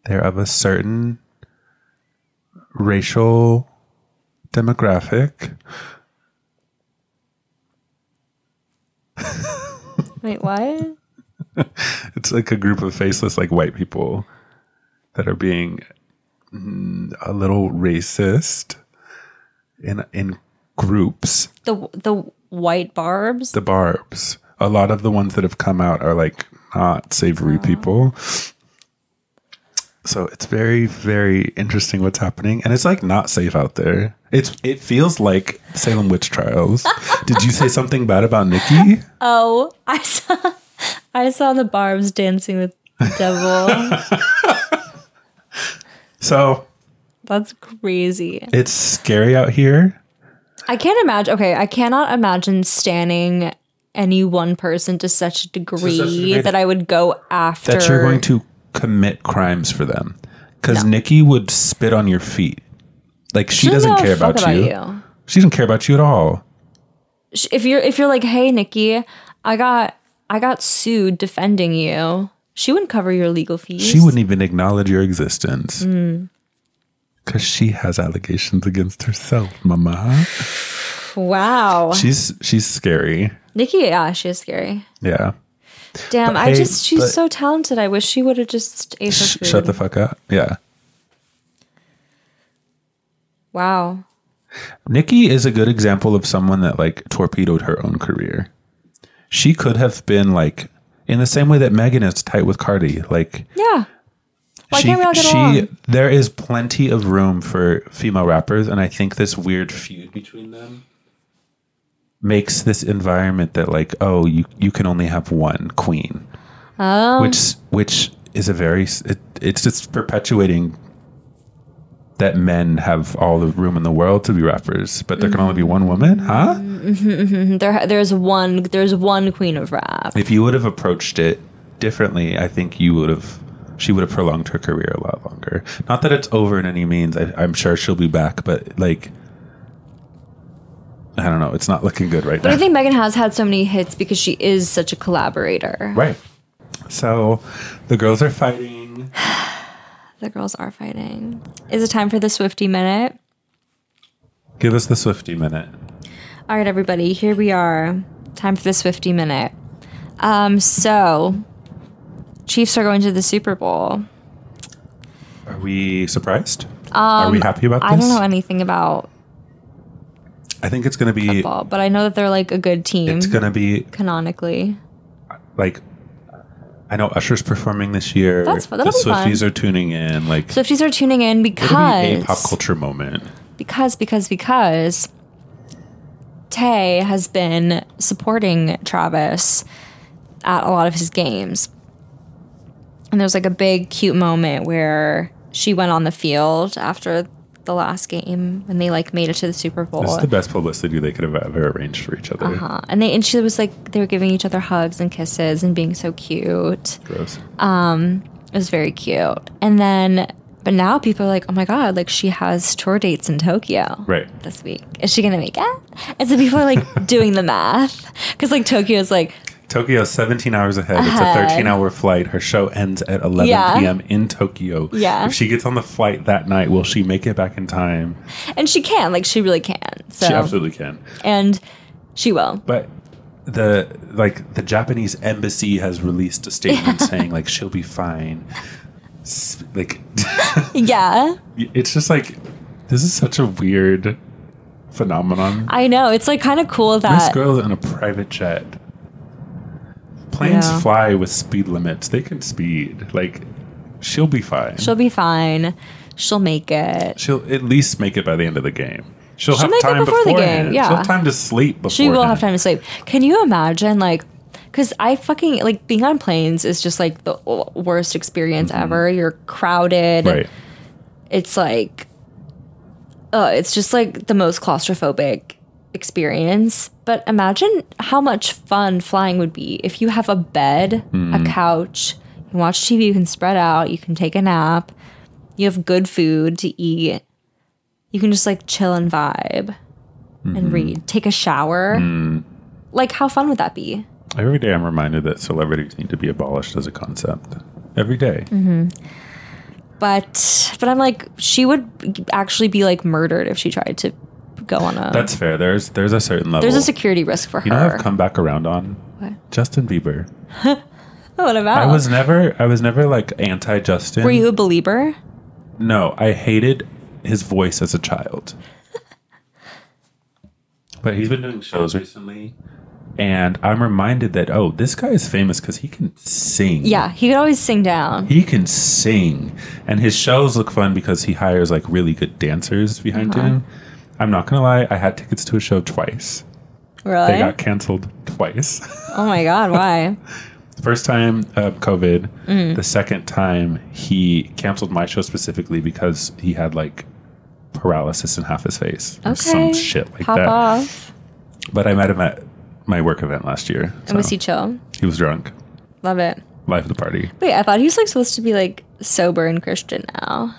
they're of a certain racial demographic.
Wait, what?
It's like a group of faceless like white people that are being mm, a little racist in in groups.
The the white barbs.
the barbs. A lot of the ones that have come out are like not savory people. So it's very, very interesting what's happening, and it's like not safe out there. It's it feels like Salem witch trials. Did you say something bad about Nikki?
oh, I saw I saw the barbs dancing with the devil.
So
that's crazy.
it's scary out here.
I can't imagine. Okay, I cannot imagine standing any one person to such a degree
degree
that I would go after.
That you're going to commit crimes for them. Because Nikki would spit on your feet. Like she, doesn't,
give a
care
fuck
about, you. She doesn't care about you at all.
Sh- If you're if you're like, hey Nikki, I got I got sued defending you. She wouldn't cover your legal fees.
She wouldn't even acknowledge your existence. Because she has allegations against herself, mama.
Wow,
She's she's scary.
Nikki. Yeah, she is scary.
Yeah.
Damn,
But
I
hey,
just she's
but-
so talented. I wish she would have just ate her
Sh-
food.
shut the fuck up. Yeah.
wow.
Nikki is a good example of someone that like torpedoed her own career. She could have been like in the same way that Megan is tight with Cardi, like
Yeah. Why
she,
can't we all get
she
along?
there is plenty of room for female rappers and i think this weird feud between them makes this environment that like oh you you can only have one queen oh. which which is a very s- it, it's just perpetuating that men have all the room in the world to be rappers but there can only be
Mm-hmm.
one woman huh
There, there's one. There's one queen of rap.
if you would have approached it differently, I think you would have. She would have prolonged her career a lot longer. Not that it's over in any means. I, I'm sure she'll be back, but like, I don't know. It's not looking good right
But
now.
I think Megan has had so many hits because she is such a collaborator.
right. So the girls are fighting.
The girls are fighting. Is it time for the Swifty minute?
Give us the Swifty minute.
All right, everybody, here we are. Time for the Swifty minute. Um, so Chiefs are going to the Super Bowl.
Are we surprised? are we happy about this?
Um, I don't know anything about
I think it's going to be.
football, but I know that they're like a good team
It's going to be
canonically.
like. I know Usher's performing this year.
That's fun.
The
That'll be fun.
Swifties are tuning in. Like,
Swifties are tuning in
it'll be
because
a pop culture moment.
because because because Tay has been supporting Travis at a lot of his games. And there's like a big cute moment where she went on the field after the last game when they like made it to the Super Bowl.
This is the best publicity they could have ever arranged for each other.
Uh, and they and she was like they were giving each other hugs and kisses and being so cute.
Gross.
It was very cute. And then but now people are like, "Oh my god, like she has tour dates in Tokyo."
right.
this week. Is she gonna make it? And so people are like doing the math because like Tokyo is like
Tokyo's 17 hours ahead. It's a
Ahead.
13 hour flight. Her show ends at 11
Yeah.
p.m. in Tokyo.
Yeah.
If she gets on the flight that night, will she make it back in time?
and she can like she really can so
She absolutely can.
and she will
But the like the Japanese embassy has released a statement saying like she'll be fine. S- Like
yeah
it's just like this is such a weird phenomenon.
I know it's like kind of cool
This
that
girl's in a private jet. Planes
Yeah.
fly with speed limits. They can speed. Like, she'll be fine. She'll,
she'll be fine she'll make it
at least make it by the end of the game. She'll,
She'll
have
make it
time
before
before
the game,
She'll
yeah.
have time to sleep before.
she will have time to sleep can you imagine like because I fucking like being on planes is just like the w- worst experience ever you're crowded
Mm-hmm. Right.
it's like uh, it's just like the most claustrophobic experience but imagine how much fun flying would be if you have a bed a couch you can watch tv you can spread out you can take a nap you have good food to eat you can just like chill and vibe and read take a shower like how fun would that be
Every day I'm reminded that celebrities need to be abolished as a concept. Every day.
Mm-hmm. but but i'm like she would actually be like murdered if she tried to go on a
That's fair. There's there's a certain level.
there's a security risk for
you know
her
what I've come back around on?
What?
Justin Bieber.
Oh, What about?
I was never I was never like anti Justin.
Were you a believer?
No, I hated his voice as a child. but he's been doing shows recently, and I'm reminded that oh, this guy is famous because he can sing.
Yeah, he could always sing down.
He can sing, and his shows look fun because he hires like really good dancers behind him. I'm not gonna lie, I had tickets to a show twice.
Really?
They got canceled twice.
oh my god, why?
First time, uh, COVID.
Mm.
The second time, he canceled my show specifically because he had like paralysis in half his face or
Okay.
some shit like
Pop
that.
off.
But I met him at my work event last year.
And was
so
he chill?
he was drunk.
Love it.
Life of the party.
Wait, I thought he was like supposed to be like sober and Christian now.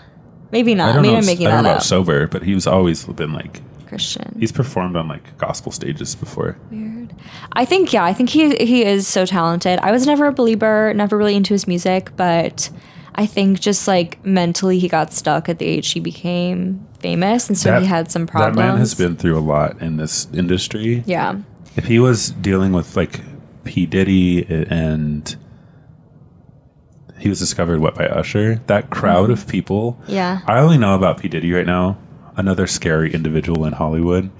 Maybe
I
not.
don't
Maybe
know,
I'm
if-
making
I don't
that
know
up.
about sober, but he was always been like
Christian.
he's performed on like gospel stages before.
Weird. I think yeah, I think he he is so talented. I was never a believer, never really into his music, but I think just like mentally he got stuck at the age he became famous and so he had some problems.
That man has been through a lot in this industry.
Yeah.
If he was dealing with like P Diddy and he was discovered what by Usher, that crowd of people.
Yeah.
I only know about P Diddy right now. Another scary individual in Hollywood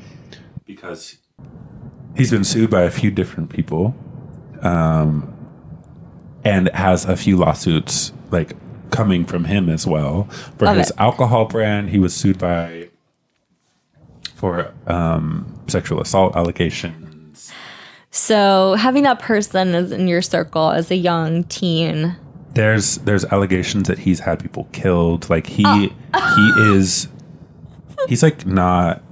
because he's been sued by a few different people, um, and has a few lawsuits like coming from him as well for
Love
his
it.
alcohol brand. He was sued by for um, sexual assault allegations.
So having that person as in your circle as a young teen.
There's there's allegations that he's had people killed. Like he
Ah.
he is he's like not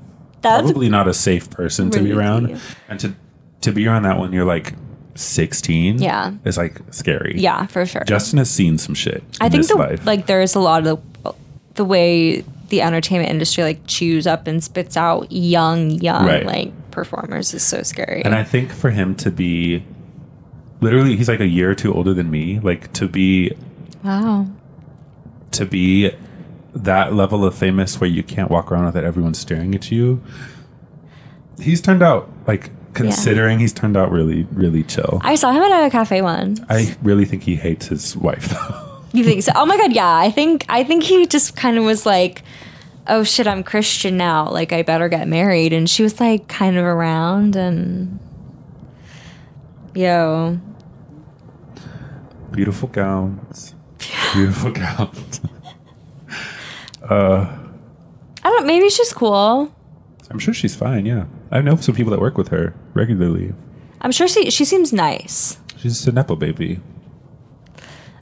That's
probably not a safe person to be
crazy.
around. And to to be around that when you're like 16,
Yeah.
is like scary.
yeah, for sure.
Justin has seen some shit.
I
in
think
his
the,
life.
like there's a lot of the, the way the entertainment industry like chews up and spits out young young
Right.
like performers is so scary.
and I think for him to be literally, he's like a year or two older than me. Like to be
wow.
to be that level of famous where you can't walk around without everyone staring at you. He's turned out like considering he's turned out really really chill. I,
I saw him at a cafe once.
really think he hates his wife. though.
You think so? Oh my god, yeah. I think I think he just kind of was like, "Oh shit, I'm Christian now. Like I better get married." And she was like kind of around and yo,
Beautiful gowns. Beautiful gowns.
I don't maybe she's cool.
I'm sure she's fine, yeah. I know some people that work with her regularly.
I'm sure she she seems nice.
She's a Nepo baby.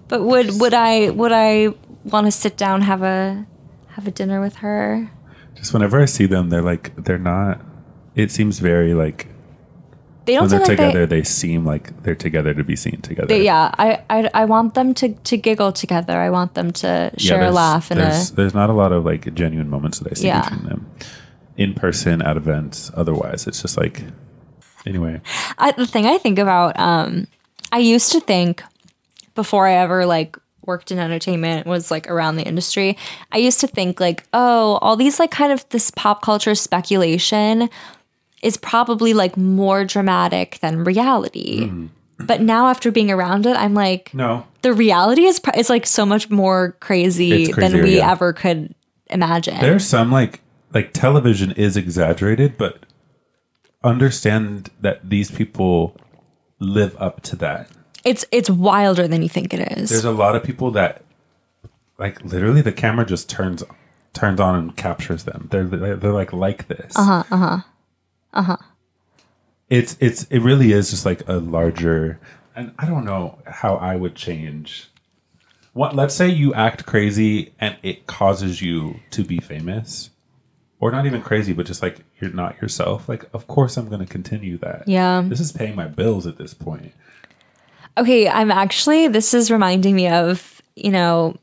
But would would I would I want to sit down have a have a dinner with her?
Just whenever I see them, they're like they're not it seems very like
They don't
when they're
seem like they-
together, they, seem like they're together to be seen together.
they- yeah, I, I I want them to to giggle together. I want them to share a
there's-
laugh and a
there's, there's not a lot of like genuine moments that I see
Yeah.
between them. In person, at events, otherwise. It's just like anyway.
I, the thing I think about, um, I used to think before I ever like worked in entertainment was like around the industry. I used to think like, oh, all these like kind of this pop culture speculation is probably like more dramatic than reality.
Mm-hmm.
But now after being around it, I'm like,
No.
the reality is pr- is like so much more crazy
It's
than
crazier,
we
yeah.
ever could imagine.
There's some like like television is exaggerated, but understand that these people live up to that.
it's it's wilder than you think it is.
There's a lot of people that like literally the camera just turns turns on and captures them. They're they're, they're like like this. Uh-huh, uh-huh. Uh-huh. It's it's it really is just like a larger and I don't know how I would change what let's say you act crazy and it causes you to be famous or not even crazy but just like you're not yourself like of course i'm going to continue that
Yeah.
this is paying my bills at this point
Okay, I'm actually this is reminding me of, you know,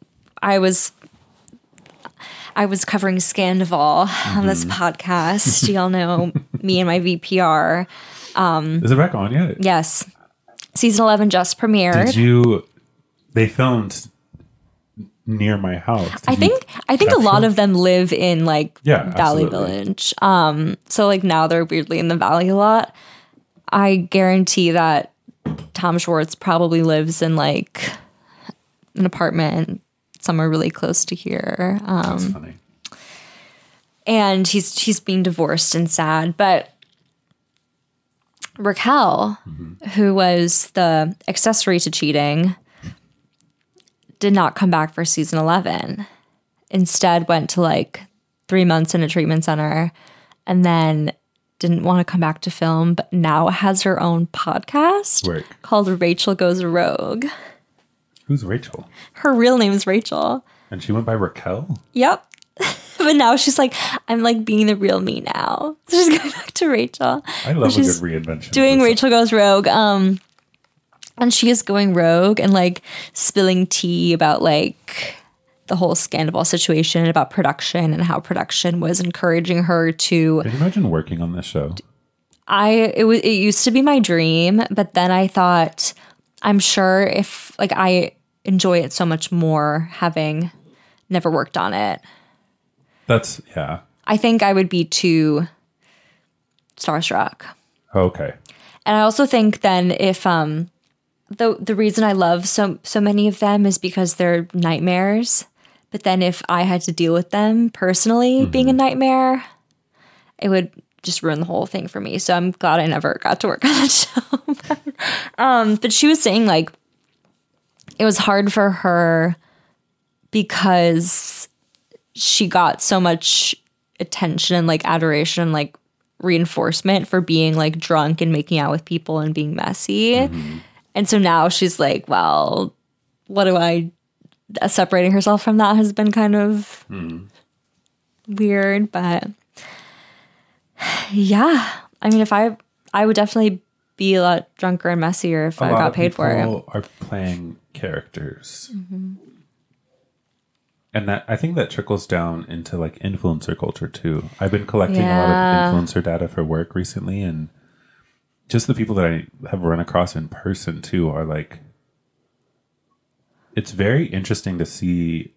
I was I was covering Scandival
Mm-hmm.
on this podcast. Y'all know me and my VPR.
is it back on yet
Yes. Season 11 just premiered.
Did you? They filmed near my house.
I
Did you-
think I think a lot
capture?
of them live in like
Yeah,
Valley
absolutely.
Village. Um so like now they're weirdly in the valley a lot. I guarantee that Tom Schwartz probably lives in like an apartment somewhere really close to here. Um,
that's funny.
and he's he's being divorced and sad. But Raquel, who was the accessory to cheating, did not come back for season eleven. Instead, went to like three months in a treatment center, and then didn't want to come back to film. But now has her own podcast
Right.
called Rachel Goes Rogue.
Who's Rachel?
Her real name is Rachel.
And she went by Raquel.
Yep. but now she's like, I'm like being the real me now. So she's going back to Rachel.
I love a good
She's
reinvention. of
Doing
this.
Rachel Goes Rogue. Um and she is going rogue and like spilling tea about like the whole Scandal situation about production and how production was encouraging her to
Can you imagine working on this show?
I it was it used to be my dream, but then I thought I'm sure if like I enjoy it so much more having never worked on it.
That's yeah.
I think I would be too starstruck.
Okay.
And I also think then if um the the reason I love so so many of them is because they're nightmares. But then if I had to deal with them personally being a nightmare, it would just ruin the whole thing for me. So I'm glad I never got to work on that show. um but she was saying like it was hard for her because she got so much attention and like adoration and like reinforcement for being like drunk and making out with people and being messy.
Mm-hmm.
And so now she's like, well, what do I uh, separating herself from that has been kind of
Mm-hmm.
weird, but yeah. I mean, if I I would definitely be a lot drunker and messier if I
lot
got
of
paid for it.
people Are playing characters, Mm-hmm. and that I think that trickles down into like influencer culture too. I've been collecting
Yeah.
a lot of influencer data for work recently, and just the people that I have run across in person too are like. It's very interesting to see,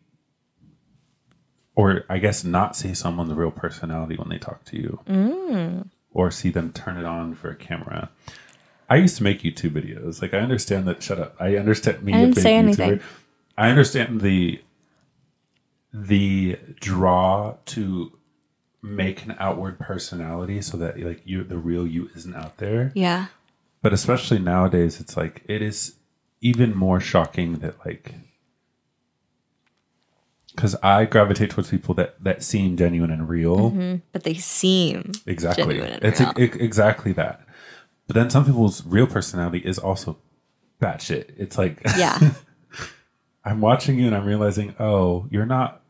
or I guess not see someone's real personality when they talk to you,
Mm.
or see them turn it on for a camera. I used to make YouTube videos. Like I understand that. Shut up. I understand me
I didn't
being
say
a
anything.
YouTuber. I understand the the draw to make an outward personality so that like you the real you isn't out there.
Yeah.
But especially nowadays, it's like it is even more shocking that like because I gravitate towards people that that seem genuine and real
But they seem
exactly
Mm-hmm. genuine and
it's
real.
e- exactly that but then some people's real personality is also batshit it's like
yeah.
i'm watching you and i'm realizing oh you're not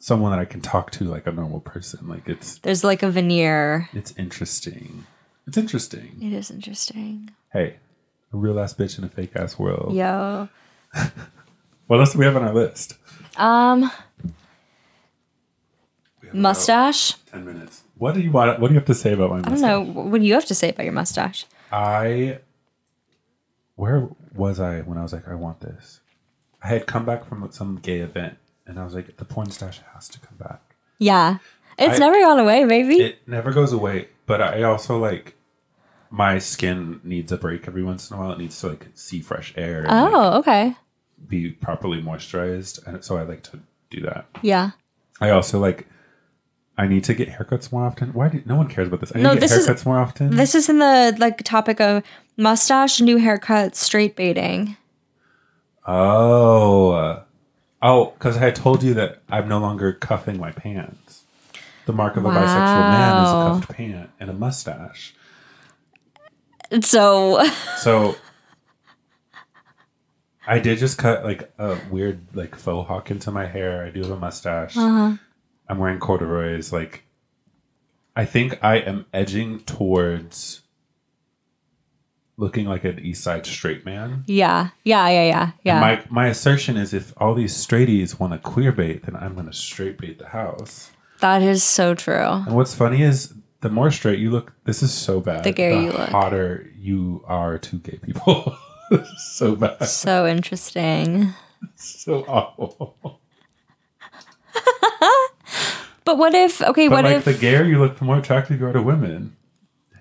someone that i can talk to like a normal person like it's
There's like a veneer.
it's interesting it's interesting
It is interesting.
hey a real ass bitch in a fake ass world
Yo.
what else do we have on our list
Um,
We have about
mustache.
10 minutes what do you want what do you have to say about my Oh, mustache?
I don't know. What do you have to say about your mustache?
I where was I when I was like, I want this? I had come back from some gay event and I was like, the porn stash has to come back.
Yeah. It's
I-
never gone away, maybe.
It never goes away, but I also like my skin needs a break every once in a while. It needs to like see fresh air and like,
oh, okay.
be properly moisturized. And so I like to do that.
Yeah.
I also like I need to get haircuts more often. Why do no one cares about this? I need
No,
to get
this is-
haircuts more often.
This is in the like topic of mustache, new haircut, straight baiting.
Oh. Oh, because I told you that I'm no longer cuffing my pants. The mark of a bisexual man is
Wow.
a cuffed pant and a mustache.
So
So I did just cut like a weird like faux hawk into my hair. I do have a mustache. I'm wearing corduroys. Like I think I am edging towards looking like an East Side straight man.
yeah, yeah, yeah, yeah, yeah.
My my assertion is if all these straighties want to queer bait, then I'm gonna straight bait the house.
that is so true.
And what's funny is the more straight you look, this is so bad.
The gayer you look.
hotter you are to gay people. so bad,
So interesting.
so awful.
But what if? Okay,
But
what
like
if
the gayer you look, the more attractive you are to women.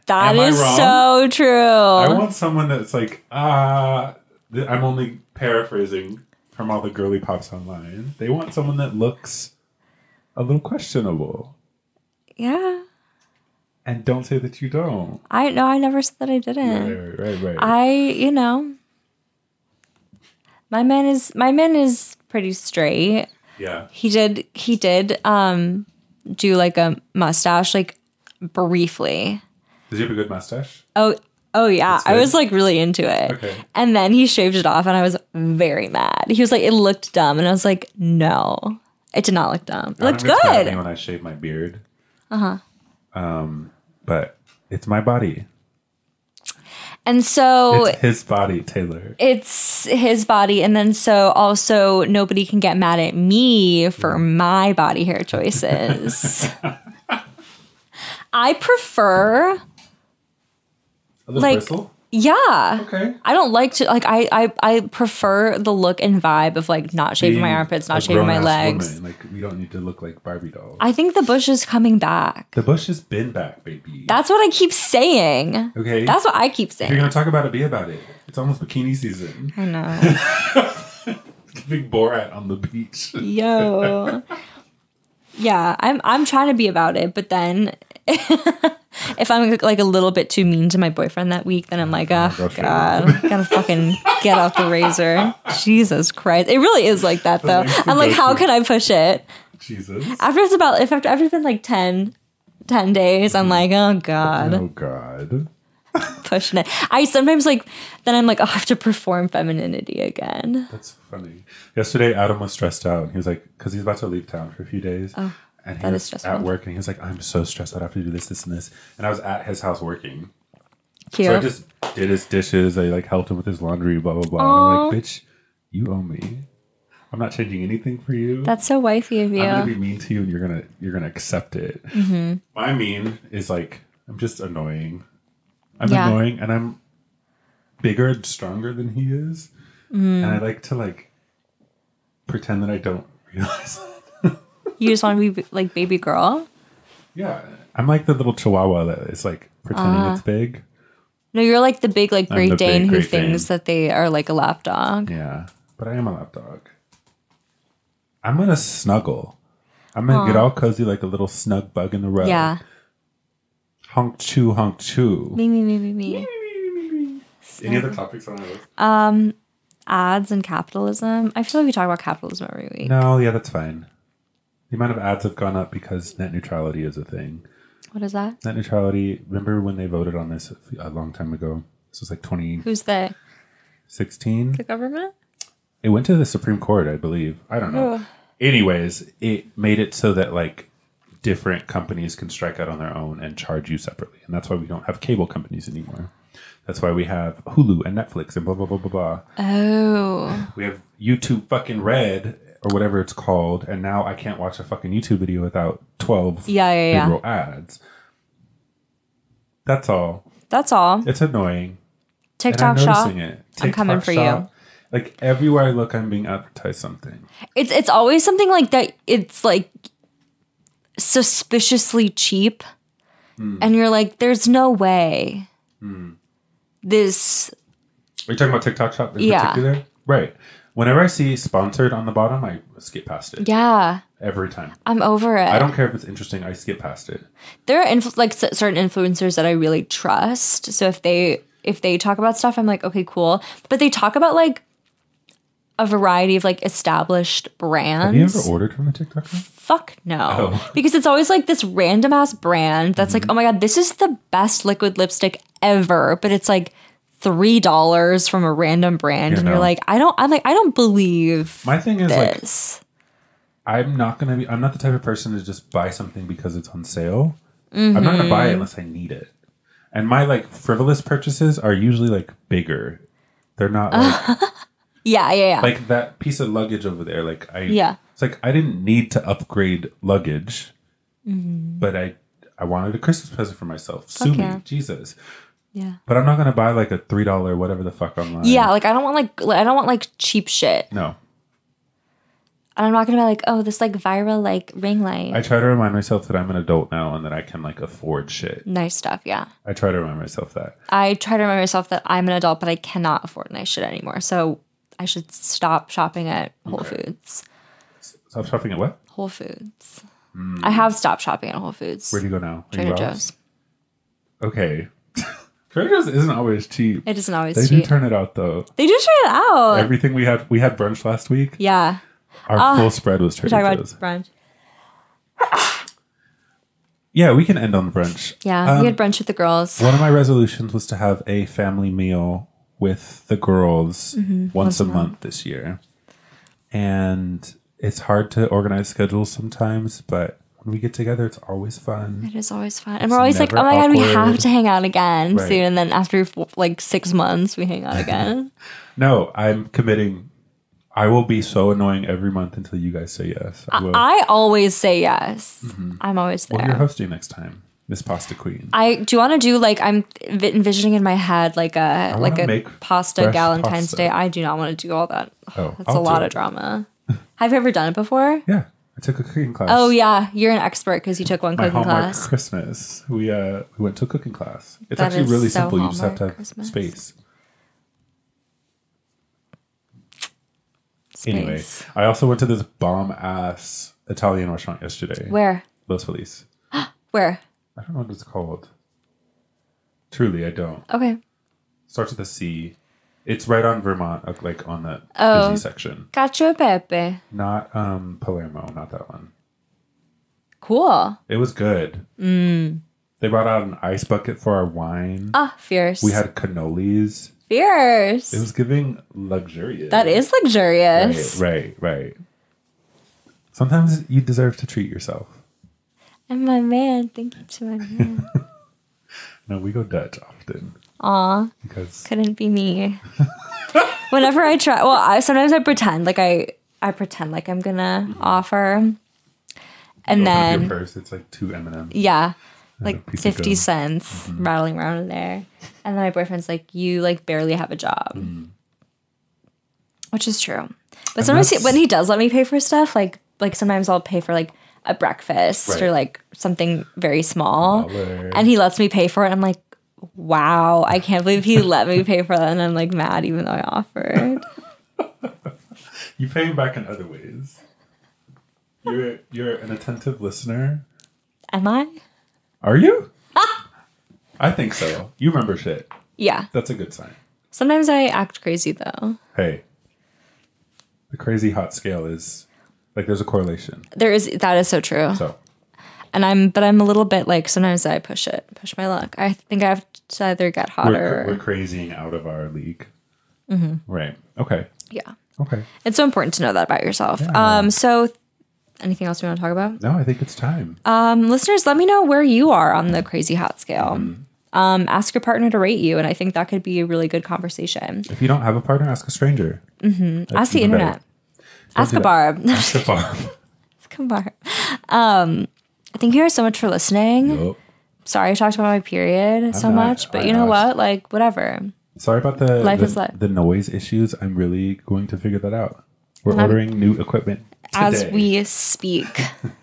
that
am I
is
wrong?
so true?
I want someone that's like ah. th- I'm only paraphrasing from all the girly pops online. They want someone that looks a little questionable.
yeah,
And don't say that you don't.
I no, I never said that I didn't.
Right, right, right.
I, you know, my man is my man is pretty straight.
yeah.
He did he did um do like a mustache like briefly.
Does he have a good mustache?
Oh oh yeah, I
good.
was like really into it.
Okay.
And then he shaved it off and I was very mad. He was like it looked dumb and I was like no. It did not look dumb. It looked
I don't know if it's bad
good. Uh-huh.
me when I shave my beard. Um, Uh huh. Um, but it's my body.
And so
It's his body, Taylor.
it's his body and then so also nobody can get mad at me for my body hair choices i prefer
A little
like-
bristle?
yeah
Okay.
i don't like to like I, I i prefer the look and vibe of like not shaving my armpits
A
not shaving my
grown-ass
legs
woman, Like we don't need to look like Barbie dolls.
i think the bush is coming back
the bush has been back, baby.
that's what i keep saying
okay.
that's what i keep
if you're
saying
gonna talk about it, be about it. It's almost bikini season.
i know
Big Borat on the beach.
yo yeah i'm i'm trying to be about it but then if i'm like a little bit too mean to my boyfriend that week then i'm like oh
gosh, yeah.
god i'm gonna fucking get off the razor jesus christ it really is like that though
Thanks to
i'm like
go
how
through.
can i push it
Jesus.
after it's about if after after it's been like 10 10 days i'm like oh god
Oh God.
pushing it i sometimes like then i'm like oh, i have to perform femininity again
That's funny. Yesterday, Adam was stressed out, and he was like, because he's about to leave town for a few days. and he
Oh, that
was
is stressful.
at work, and he was like, "I'm so stressed out. I have to do this, this, and this." And I was at his house working,
cute
so I just did his dishes. I like helped him with his laundry, blah blah blah. And I'm like, "Bitch, you owe me. I'm not changing anything for you.
that's so wifey of you
I'm gonna be mean to you, and you're gonna you're gonna accept it."
Mm-hmm.
My mean is like I'm just annoying. I'm
Yeah.
annoying, and I'm bigger and stronger than he is, and
Mm-hmm.
I like to like pretend that I don't realize. That.
you just want to be like baby girl
Yeah, I'm like the little chihuahua that is like pretending
Uh-huh.
it's big.
No, you're like the big like Great
the
Dane
big
who
Great
thinks
Dane.
that they are like a lap dog.
Yeah, but I am a lap dog. I'm gonna snuggle. I'm gonna get all cozy like a little snug bug in the rug.
Yeah.
Honk choo, honk choo.
Me me me me me.
Any other topics on those?
Ads and capitalism. I feel like we talk about capitalism every week.
No, yeah, that's fine. The amount of ads have gone up because net neutrality is a thing.
What is that?
Net neutrality. Remember when they voted on this a few- a long time ago? This was like
Who's the
2016.
the government?
It went to the Supreme Court, I believe. I don't know.
Ugh.
Anyways, it made it so that like different companies can strike out on their own and charge you separately. And that's why we don't have cable companies anymore. That's why we have Hulu and Netflix and blah blah blah blah blah.
Oh.
We have YouTube fucking Red or whatever it's called, and now I can't watch a fucking YouTube video without twelve
Yeah, yeah, yeah.
liberal ads. That's all.
That's all.
It's annoying. And I'm
TikTok shop.
noticing it.
I'm coming for you.
you. Like everywhere I look, I'm being advertised something.
It's it's always something like that it's like suspiciously cheap.
Hmm.
And you're like, there's no way this
Are you talking about TikTok Shop in
Yeah.
particular? Right. Whenever I see sponsored on the bottom, I skip past it
yeah,
every time.
I'm over it.
I don't care if it's interesting. I skip past it.
there are influ- like c- certain influencers that I really trust. So if they if they talk about stuff, I'm like, okay, cool. But they talk about like a variety of like established brands.
Have you ever ordered from the TikTok Shop?
Fuck no,
Oh. Mm-hmm.
because it's always like this random ass brand that's like, oh my god, this is the best liquid lipstick ever, but it's like three dollars from a random brand,
Yeah,
and you're
no.
like, I don't, I'm like, I don't believe
My thing is like
this.
I'm not gonna be. I'm not the type of person to just buy something because it's on sale. I'm not gonna buy
Mm-hmm.
it unless I need it. And my like frivolous purchases are usually like bigger. They're not like
yeah, yeah, yeah,
like that piece of luggage over there. Like I
Yeah.
It's like I didn't need to upgrade luggage, but I I wanted a Christmas present for myself. Sue
Mm-hmm. yeah.
me, Jesus.
yeah.
But I'm not gonna buy like a three dollar whatever the fuck online.
Yeah, like I don't want like li- I don't want like cheap shit.
No,
And I'm not gonna be like, oh, this like viral like ring light.
I try to remind myself that I'm an adult now and that I can like afford shit.
nice stuff, yeah.
I try to remind myself that.
I try to remind myself that I'm an adult, but I cannot afford nice shit anymore. So I should stop shopping at Whole Foods.
Stop shopping at what?
Whole Foods. I have stopped shopping at Whole Foods.
Hmm. Where do you go now?
Trader
Anywhere else?
Joe's.
Okay. Trader Joe's isn't always cheap.
It isn't
They
always
do
cheap.
turn it out though.
they do try it out.
Everything we had, we had brunch last week.
yeah.
Our full spread was
We're talking about
Trader Joe's.
brunch.
Yeah, we can end on brunch.
Yeah.
Um,
we had brunch with the girls.
One of my resolutions was to have a family meal with the girls once a month. this year. And it's hard to organize schedules sometimes, but when when we get together, it's always fun.
It is always fun. And we're always like, oh
never
my God, we
awkward.
have to hang out again
Right.
soon. And then after f- like six months, we hang out again.
No, I'm committing. I will be so annoying every month until you guys say yes. I will.
I always say yes. I'm always
Mm-hmm. Well, you're
there.
hosting next time, Miss Pasta Queen.
I do you want to do like I'm vi- envisioning in my head like a like
wanna
a
make
pasta
fresh
Valentine's
pasta.
Day. I do not want to do all that.
Oh,
That's a
I'll
lot
do
of
it.
drama. Have you ever done it before?
Yeah, I took a cooking class.
Oh yeah, you're an expert because you took one
my
cooking
homework
class.
Christmas. We uh we went to a cooking class. It's
That
actually
is
really
so
simple. You just have to
homework
have
Christmas.
space.
Space.
Anyway, I also went to this bomb ass Italian restaurant yesterday.
Where?
Los Feliz.
Where?
I don't know what it's called. Truly, I don't.
Okay.
Starts with a C. It's right on Vermont, uh, like on the
Oh.
busy section.
Cacio e pepe.
Not um Palermo, not that one.
Cool.
It was good.
Mm.
They brought out an ice bucket for our wine.
Ah, fierce.
We had cannolis.
fierce.
It was giving luxurious.
that is luxurious.
Right, right, right. Sometimes you deserve to treat yourself.
And my man, thank you to my man.
No, we go Dutch often
Aw,
because
couldn't be me. Whenever I try, well, I sometimes I pretend like I I pretend like I'm gonna offer, and
open up
then
your purse, it's like two M and M's.
yeah,
a Mm-hmm.
like
piece of
fifty
gum.
cents rattling around in there, and then my boyfriend's like, "You like barely have a job,"
Mm.
which is true. But sometimes he,
that's-
when he does let me pay for stuff, like like sometimes I'll pay for like a breakfast or
Right.
like something very small.
Dollar.
and he lets me pay for it. I'm like, wow, I can't believe he let me pay for that. And I'm like mad, even though I offered.
You pay him back in other ways. You're you're an attentive listener.
Am I?
Are you? I think so. You remember shit.
Yeah.
That's a good sign.
Sometimes I act crazy though.
Hey, the crazy hot scale is like there's a correlation.
There is that is so true.
So
And I'm, but I'm a little bit like sometimes I push it, push my luck. I think I have to either get hotter.
we're, we're crazying out of our league.
Mm-hmm.
Right. Okay.
yeah.
Okay.
It's so important to know that about yourself. Um. So. Anything else we want to talk about?
No, I think it's time.
Um, listeners, let me know where you are on the crazy hot scale.
Mm-hmm.
Um, ask your partner to rate you, and I think that could be a really good conversation.
If you don't have a partner, ask a stranger.
Ask the
even better.
internet. Ask
do
a
that.
barb.
Ask a bar.
Come bar. Um, thank you guys so much for listening.
Oh,
Sorry I talked about my period so
not-
much, but
I
you know
asked.
what? Like, whatever.
Sorry about the
Life
the,
is life.
the noise issues. I'm really going to figure that out. We're
I'm-
ordering new equipment today.
As we speak.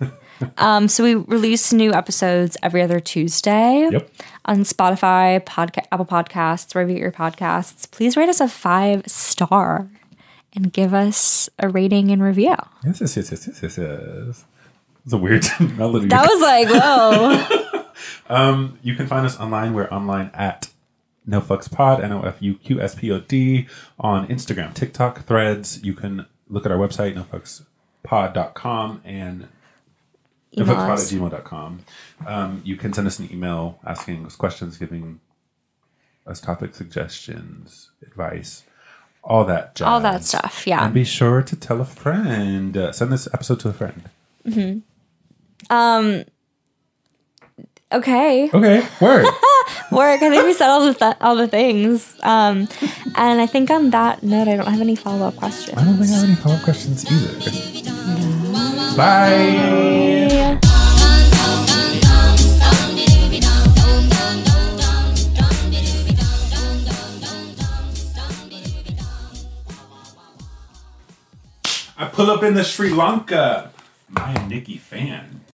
um, so we release new episodes every other Tuesday
Yep.
on Spotify, podca- Apple Podcasts, wherever you get your podcasts. Please rate us a five star and give us a rating and review.
Yes, yes, yes, yes, yes, yes. yes. It's a weird melody.
That was like, whoa.
You can find us online. We're online at NoFucksPod, N O F U Q S P O D, on Instagram, TikTok, Threads. You can look at our website, nofuckspod.com and
Email us.
nofuckspod at gmail.com. Um, you can send us an email asking us questions, giving us topic suggestions, advice, all that jazz.
All that stuff. Yeah.
And be sure to tell a friend. Uh, send this episode to a friend.
Okay.
Okay, word.
work. I think we said all the th- all the things. Um, and I think on that note, I don't have any follow up
I
questions.
don't think I have any follow up questions either. Bye. I pull up in the Sri Lanka. My Nikki fan.